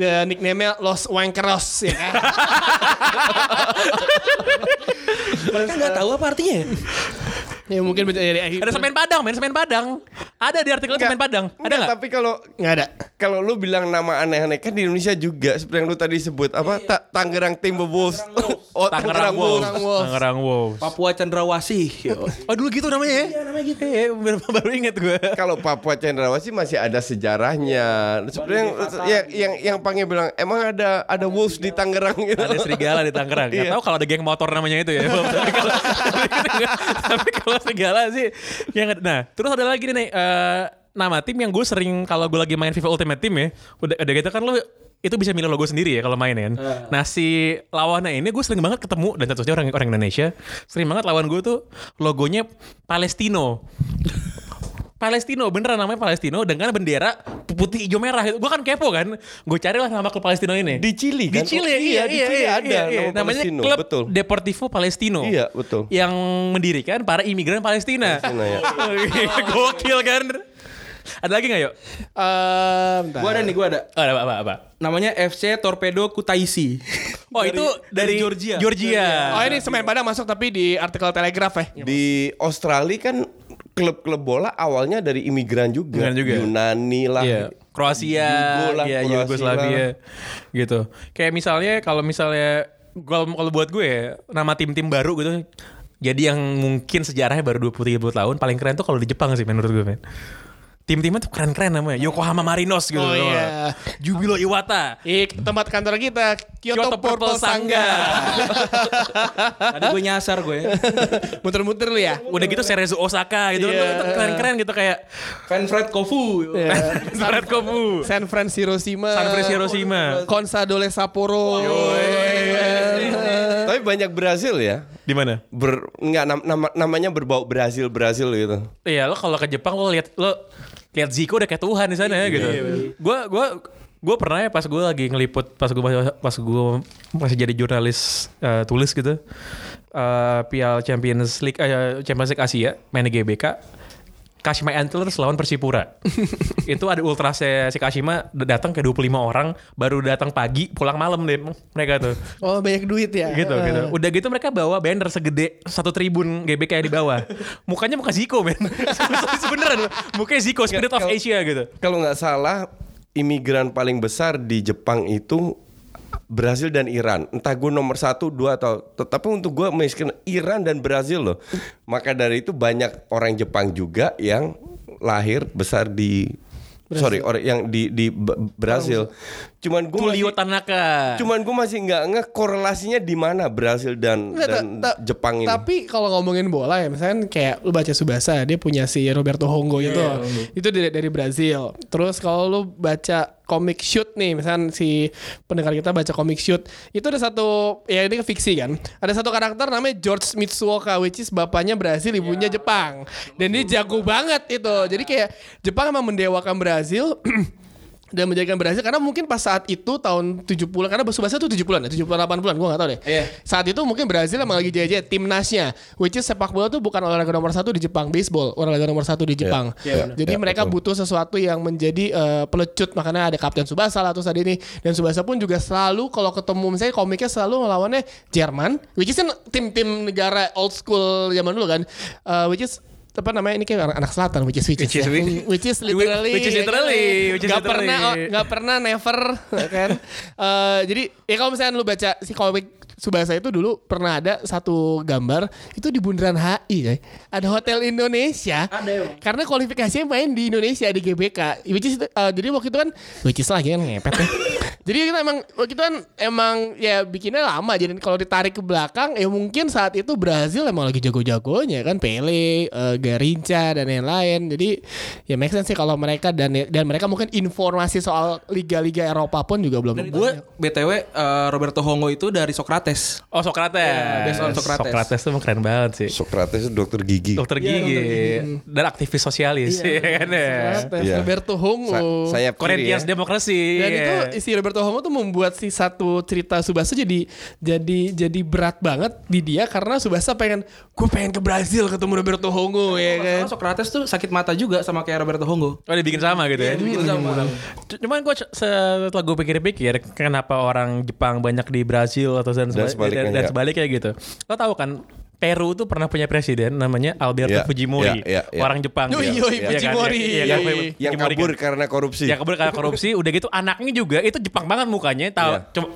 [SPEAKER 2] Ya, nickname-nya Los Wankeros ya kan.
[SPEAKER 4] Mereka nggak tahu apa artinya ya?
[SPEAKER 2] ya mungkin bisa jadi
[SPEAKER 1] Ada semen Padang, main semen Padang. Ada di artikel semen Padang. Ada
[SPEAKER 3] Nggak,
[SPEAKER 1] nggak?
[SPEAKER 3] Tapi kalau
[SPEAKER 2] Nggak ada.
[SPEAKER 3] Kalau lu bilang nama aneh-aneh kan di Indonesia juga seperti yang lu tadi sebut
[SPEAKER 2] Iya,
[SPEAKER 3] apa Ta- Tangerang Timberwolves. Oh,
[SPEAKER 1] Tangerang Wolves.
[SPEAKER 2] Tangerang Wolves.
[SPEAKER 1] Tangerang Wolves.
[SPEAKER 4] Papua Cendrawasih.
[SPEAKER 1] Oh dulu gitu namanya ya? Iya namanya gitu. Iya, baru, baru inget gue.
[SPEAKER 3] Kalau Papua Cendrawasih masih ada sejarahnya. Sebenarnya yang, yang yang yang Pange bilang emang ada gitu. ada Wolves di Tangerang gitu.
[SPEAKER 1] Ada serigala di Tangerang. Gak tahu kalau ada geng motor namanya itu ya. tapi, kalau, tapi kalau serigala sih. Yang, nah terus ada lagi nih Nek. Eh, nama tim yang gue sering kalau gue lagi main FIFA Ultimate Team ya. Udah, udah gitu kan lo itu bisa milih logo sendiri ya kalau main kan. Nah si lawannya ini gue sering banget ketemu dan statusnya orang orang Indonesia sering banget lawan gue tuh logonya Palestino. Palestino beneran namanya Palestino dengan bendera putih hijau merah itu gue kan kepo kan gue carilah nama klub Palestino ini
[SPEAKER 3] Di Chili
[SPEAKER 1] di
[SPEAKER 3] kan?
[SPEAKER 1] Chile
[SPEAKER 3] Oh,
[SPEAKER 1] iya,
[SPEAKER 3] di
[SPEAKER 1] iya,
[SPEAKER 3] Chile
[SPEAKER 1] iya,
[SPEAKER 3] ada
[SPEAKER 1] iya, iya.
[SPEAKER 3] nama
[SPEAKER 1] namanya
[SPEAKER 3] Palestino,
[SPEAKER 1] klub
[SPEAKER 3] betul.
[SPEAKER 1] Deportivo Palestino
[SPEAKER 3] Iya, betul.
[SPEAKER 1] yang mendirikan para imigran Palestina,
[SPEAKER 3] Palestina, ya.
[SPEAKER 1] gokil kan ada lagi nggak yuk
[SPEAKER 2] Ehm, bentar.
[SPEAKER 4] Gua ada nih, gua ada.
[SPEAKER 1] oh, ada apa, apa apa
[SPEAKER 4] Namanya FC Torpedo Kutaisi.
[SPEAKER 1] oh itu dari,
[SPEAKER 4] Georgia.
[SPEAKER 1] Georgia
[SPEAKER 2] Oh ini semen Padang masuk tapi di artikel Telegraph ya.
[SPEAKER 3] Iya, Di Australia kan klub-klub bola awalnya dari imigran juga. ya?
[SPEAKER 1] Imigran juga.
[SPEAKER 3] Yunani lah.
[SPEAKER 1] Iya. Kroasia,
[SPEAKER 3] Yugo lah,
[SPEAKER 1] iya,
[SPEAKER 3] Kroasia
[SPEAKER 1] Yugoslavia, gitu. Kayak misalnya kalau misalnya kalau kalau buat gue ya, nama tim-tim baru gitu. Jadi yang mungkin sejarahnya baru 20 30 tahun paling keren tuh kalau di Jepang sih menurut gue, men. Tim-timnya tuh keren-keren namanya. Yokohama Marinos gitu. loh.
[SPEAKER 2] Oh, iya.
[SPEAKER 1] Jubilo Iwata.
[SPEAKER 2] Di tempat kantor kita
[SPEAKER 1] Kyoto
[SPEAKER 2] Kyoto, Purple,
[SPEAKER 1] Purple
[SPEAKER 2] Sangga.
[SPEAKER 4] Tadi gue nyasar gue.
[SPEAKER 2] Muter-muter lu ya.
[SPEAKER 1] Udah gitu Cerezo Osaka gitu.
[SPEAKER 2] Iya.
[SPEAKER 1] Itu keren-keren gitu kayak
[SPEAKER 4] Fan Fred Kofu.
[SPEAKER 1] Seret Kobu.
[SPEAKER 2] San Fran Hiroshima.
[SPEAKER 1] San Francisco Hiroshima.
[SPEAKER 2] Consadole Sapporo.
[SPEAKER 3] Tapi banyak Brazil ya.
[SPEAKER 1] Di mana?
[SPEAKER 3] Ber, enggak nam- nama- namanya berbau Brazil Brazil gitu.
[SPEAKER 1] Iya, lo kalau ke Jepang lo lihat lo lihat Zico udah kayak Tuhan di sana ya gitu. Gua gua gua pernah ya pas gue lagi ngeliput pas gue pas gue masih jadi jurnalis eh, tulis gitu. eh Piala Champions League eh, Champions League Asia main di GBK Kashima Antlers lawan Persipura. itu ada ultra si Kashima datang ke 25 orang, baru datang pagi, pulang malam deh mereka tuh
[SPEAKER 2] Oh banyak duit ya.
[SPEAKER 1] gitu gitu udah gitu mereka bawa banner segede satu tribun GBK yang di bawah mukanya muka Ziko men sebenernya mukanya Ziko Spirit of Asia gitu
[SPEAKER 3] Kalau nggak salah imigran paling besar di Jepang itu Brazil dan Iran. Entah gue nomor satu, dua atau tetapi untuk gue miskin Iran dan Brazil loh. Maka dari itu banyak orang Jepang juga yang lahir besar di sorry orang yang di di B- Brazil. Cuman gue
[SPEAKER 1] Tulio
[SPEAKER 3] masih,
[SPEAKER 1] Tanaka
[SPEAKER 3] cuman gue masih nggak nge korelasinya di mana Brazil dan
[SPEAKER 2] Nggak,
[SPEAKER 3] dan
[SPEAKER 2] ta- ta-
[SPEAKER 3] Jepang ini.
[SPEAKER 2] Tapi kalau ngomongin bola ya, misalnya kayak lu baca Subasa, dia punya si Roberto Hongo
[SPEAKER 1] Iya,
[SPEAKER 2] gitu. itu dari dari Brazil. Terus kalau lu baca komik shoot nih, misalnya si pendengar kita baca komik shoot, itu ada satu ya ini fiksi kan. Ada satu karakter namanya George Mitsuoka which is bapaknya Brazil,
[SPEAKER 1] Iya.
[SPEAKER 2] ibunya Jepang. Dan dia jago banget itu. Jadi kayak Jepang emang mendewakan Brazil. dan menjadikan Brazil karena mungkin pas saat itu tahun 70 karena Subasa itu 70-an ya, 70-an 80-an gua nggak tahu deh. Saat itu mungkin Brazil emang lagi jaya-jaya timnasnya which is sepak bola tuh bukan olahraga nomor satu di Jepang, baseball olahraga nomor
[SPEAKER 1] Iya.
[SPEAKER 2] satu di Jepang. Jadi mereka butuh sesuatu yang menjadi eh, pelecut makanya ada Kapten Subasa lah terus ada ini dan Subasa pun juga selalu kalau ketemu misalnya komiknya selalu melawannya Jerman which is kan tim-tim negara old school zaman dulu kan Eh, which is apa namanya ini kayak anak selatan which is which is,
[SPEAKER 1] Which is
[SPEAKER 2] ya.
[SPEAKER 1] which-
[SPEAKER 2] Which is literally
[SPEAKER 1] Which is literally, which is
[SPEAKER 2] Gak
[SPEAKER 1] literally.
[SPEAKER 2] pernah oh, nggak pernah never kan Eh, jadi ya kalau misalnya lu baca si komik Subasa itu dulu pernah ada satu gambar itu di bundaran HI coy. ada hotel Indonesia karena kualifikasinya main di Indonesia di GBK which is, eh, jadi waktu itu kan which is lagi kan ngepet ya jadi kita emang waktu itu kan emang ya bikinnya lama jadi kalau ditarik ke belakang ya mungkin saat itu Brazil emang lagi jago-jagonya kan Pele, eh, Garinca dan lain-lain. Jadi ya make sense sih kalau mereka dan dan mereka mungkin informasi soal liga-liga Eropa pun juga belum
[SPEAKER 4] Gue BTW eh, Roberto Hongo itu dari Sokrates.
[SPEAKER 1] oh Socrates
[SPEAKER 4] based on Socrates.
[SPEAKER 1] Socrates tuh emang keren banget sih
[SPEAKER 3] Socrates itu dokter gigi.
[SPEAKER 1] dokter gigi dan aktivis sosialis iya kan ya
[SPEAKER 2] Socrates,
[SPEAKER 3] Iya.
[SPEAKER 2] Roberto Hongo.
[SPEAKER 3] Sa- sayap kiri ya.
[SPEAKER 1] Korintias demokrasi
[SPEAKER 2] dan
[SPEAKER 1] iya.
[SPEAKER 2] itu isi Roberto Otohomo tuh membuat si satu cerita Subasa jadi jadi jadi berat banget di dia karena Subasa pengen gue pengen ke Brazil ketemu Roberto Hongo ya kan.
[SPEAKER 4] Soalnya Socrates tuh sakit mata juga sama kayak Roberto Hongo.
[SPEAKER 1] Oh dibikin sama gitu
[SPEAKER 3] Iya,
[SPEAKER 1] ya. C- Cuman gue setelah gue pikir-pikir kenapa orang Jepang banyak di Brazil atau dan,
[SPEAKER 3] Dan
[SPEAKER 1] seba-
[SPEAKER 3] sebaliknya,
[SPEAKER 1] dan- dan
[SPEAKER 3] ya.
[SPEAKER 1] sebaliknya gitu. Lo tahu kan Peru tuh pernah punya presiden namanya Alberto
[SPEAKER 3] Ya,
[SPEAKER 1] Fujimori,
[SPEAKER 3] ya, ya, ya.
[SPEAKER 1] orang Jepang.
[SPEAKER 2] Yoi,
[SPEAKER 1] dia. Iya
[SPEAKER 2] yoi,
[SPEAKER 1] kan? Iya
[SPEAKER 2] Fujimori.
[SPEAKER 1] kan?
[SPEAKER 3] yang,
[SPEAKER 1] Fujimori
[SPEAKER 3] yang
[SPEAKER 1] kan.
[SPEAKER 3] kabur karena korupsi.
[SPEAKER 1] Ya kabur karena korupsi udah gitu anaknya juga itu Jepang banget mukanya tahu
[SPEAKER 3] Iya.
[SPEAKER 1] cuma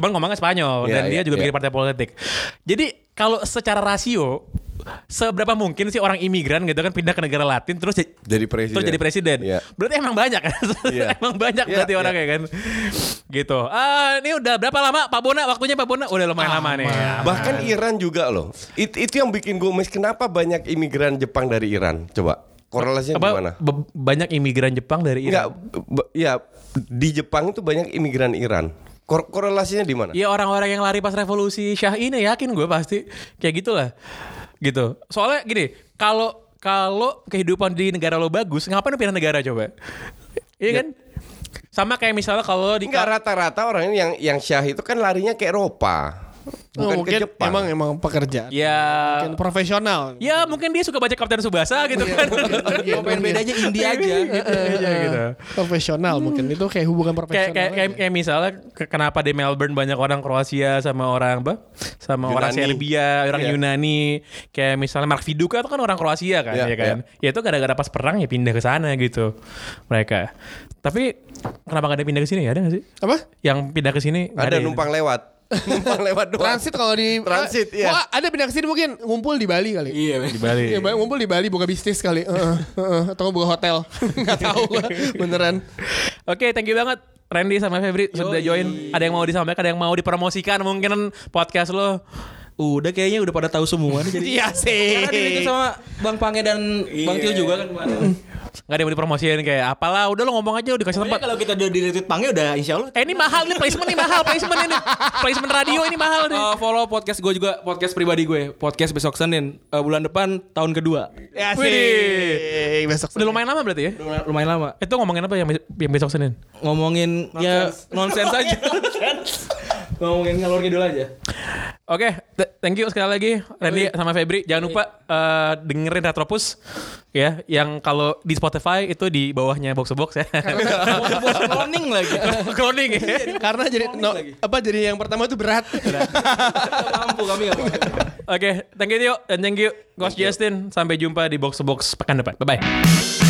[SPEAKER 1] cuman ngomongnya Spanyol
[SPEAKER 3] Iya,
[SPEAKER 1] dan dia
[SPEAKER 3] iya,
[SPEAKER 1] juga
[SPEAKER 3] iya.
[SPEAKER 1] bikin partai politik. Jadi kalau secara rasio seberapa mungkin sih orang imigran gitu kan pindah ke negara Latin terus j-
[SPEAKER 3] Jadi presiden.
[SPEAKER 1] terus jadi presiden.
[SPEAKER 3] Iya.
[SPEAKER 1] Berarti emang banyak kan?
[SPEAKER 3] Iya.
[SPEAKER 1] emang banyak
[SPEAKER 3] Iya,
[SPEAKER 1] berarti
[SPEAKER 3] iya.
[SPEAKER 1] orangnya kan. Gitu. Ah, ini udah berapa lama Pak Bona? Waktunya Pak Bona udah lumayan lama nih.
[SPEAKER 3] Bahkan Iran juga loh. It- itu yang bikin gue miss. Kenapa banyak imigran Jepang dari Iran? Coba korelasinya
[SPEAKER 1] Apa,
[SPEAKER 3] gimana?
[SPEAKER 1] be- banyak imigran Jepang dari
[SPEAKER 3] Enggak,
[SPEAKER 1] Iran.
[SPEAKER 3] b- ya di Jepang itu banyak imigran Iran. Kor- korelasinya di mana?
[SPEAKER 1] Iya orang-orang yang lari pas revolusi Syah ini yakin gue pasti kayak gitulah. Gitu. Soalnya gini, kalau kalau kehidupan di negara lo bagus, ngapain lo pindah negara coba? Iya kan? Sama kayak misalnya kalau di
[SPEAKER 3] Ya. Enggak rata-rata orang yang yang syah itu kan larinya ke Eropa.
[SPEAKER 2] Oh,
[SPEAKER 3] Bukan
[SPEAKER 2] mungkin
[SPEAKER 3] ke Jepang.
[SPEAKER 2] emang emang pekerjaan.
[SPEAKER 1] ya
[SPEAKER 2] Mungkin profesional.
[SPEAKER 1] ya mungkin dia suka baca Kapten Subasa gitu kan.
[SPEAKER 2] Iya,
[SPEAKER 4] Mau pengen bedanya India aja. gitu.
[SPEAKER 1] Iya gitu.
[SPEAKER 2] Profesional mungkin itu kayak
[SPEAKER 1] Kayak
[SPEAKER 2] hubungan profesional.
[SPEAKER 1] kayak kayak, kayak misalnya ke- kenapa di Melbourne banyak orang Kroasia sama orang apa? Sama orang
[SPEAKER 3] Yunani.
[SPEAKER 1] Serbia, orang
[SPEAKER 3] Iya.
[SPEAKER 1] Yunani. Kayak misalnya Mark Viduka itu kan orang Kroasia kan,
[SPEAKER 3] Iya,
[SPEAKER 1] ya kan? Ya itu gara-gara pas perang ya pindah ke sana gitu mereka. Tapi kenapa gak ada pindah ke sini ya? Ada gak sih?
[SPEAKER 2] Apa?
[SPEAKER 1] Yang pindah ke sini nggak
[SPEAKER 3] ada
[SPEAKER 1] ya?
[SPEAKER 3] numpang lewat. numpang lewat doang.
[SPEAKER 2] Transit kalau di
[SPEAKER 3] Transit,
[SPEAKER 2] eh,
[SPEAKER 3] iya.
[SPEAKER 2] wah, ada pindah ke sini mungkin ngumpul di Bali kali.
[SPEAKER 4] Iya.
[SPEAKER 1] di Bali.
[SPEAKER 2] Iya, banyak ngumpul di Bali buka bisnis kali. Eh, Heeh, heeh. atau buka hotel. Enggak tahu gua, beneran.
[SPEAKER 1] Oke, thank you banget Randy sama Febri sudah join. Ada yang mau disampaikan, ada yang mau dipromosikan mungkin podcast lo.
[SPEAKER 4] Udah kayaknya udah pada tahu semua nih jadi.
[SPEAKER 2] Iya
[SPEAKER 4] Karena diriku
[SPEAKER 2] sih.
[SPEAKER 4] sama Bang Pange dan Bang Tio juga kan kemarin.
[SPEAKER 1] Gak ada yang mau dipromosikan kayak apalah, udah lo ngomong aja udah kasih tempat.
[SPEAKER 5] Pokoknya kalau kita udah di retweet panggil udah insya Allah.
[SPEAKER 1] Eh ini mahal nih placement nih mahal placement ini placement radio ini mahal nih.
[SPEAKER 4] Eh,
[SPEAKER 5] Oh,
[SPEAKER 4] follow podcast gue juga podcast pribadi gue podcast besok Senin Eh, bulan depan tahun kedua
[SPEAKER 2] Iya
[SPEAKER 1] Widih.
[SPEAKER 2] sih. Besok
[SPEAKER 1] Udah lumayan lama berarti ya.
[SPEAKER 4] lumayan lama
[SPEAKER 1] Itu ngomongin apa yang, bes- yang besok Senin?
[SPEAKER 4] ngomongin ya nonsens aja ngomongin ngalor ngidul aja
[SPEAKER 1] Oke, th- thank you sekali lagi Randy sama Febri. Jangan lupa eh, dengerin Retropus ya, yang kalau di Spotify itu di bawahnya box to box ya.
[SPEAKER 4] bos cloning lagi
[SPEAKER 1] Cloning ya.
[SPEAKER 5] Iya.
[SPEAKER 2] karena jadi no, apa jadi yang pertama itu berat.
[SPEAKER 4] Nggak mampu kami nggak mampu
[SPEAKER 1] Oke, thank you Tio dan thank you Ghost Justin. Sampai jumpa di box to box pekan depan. Bye bye.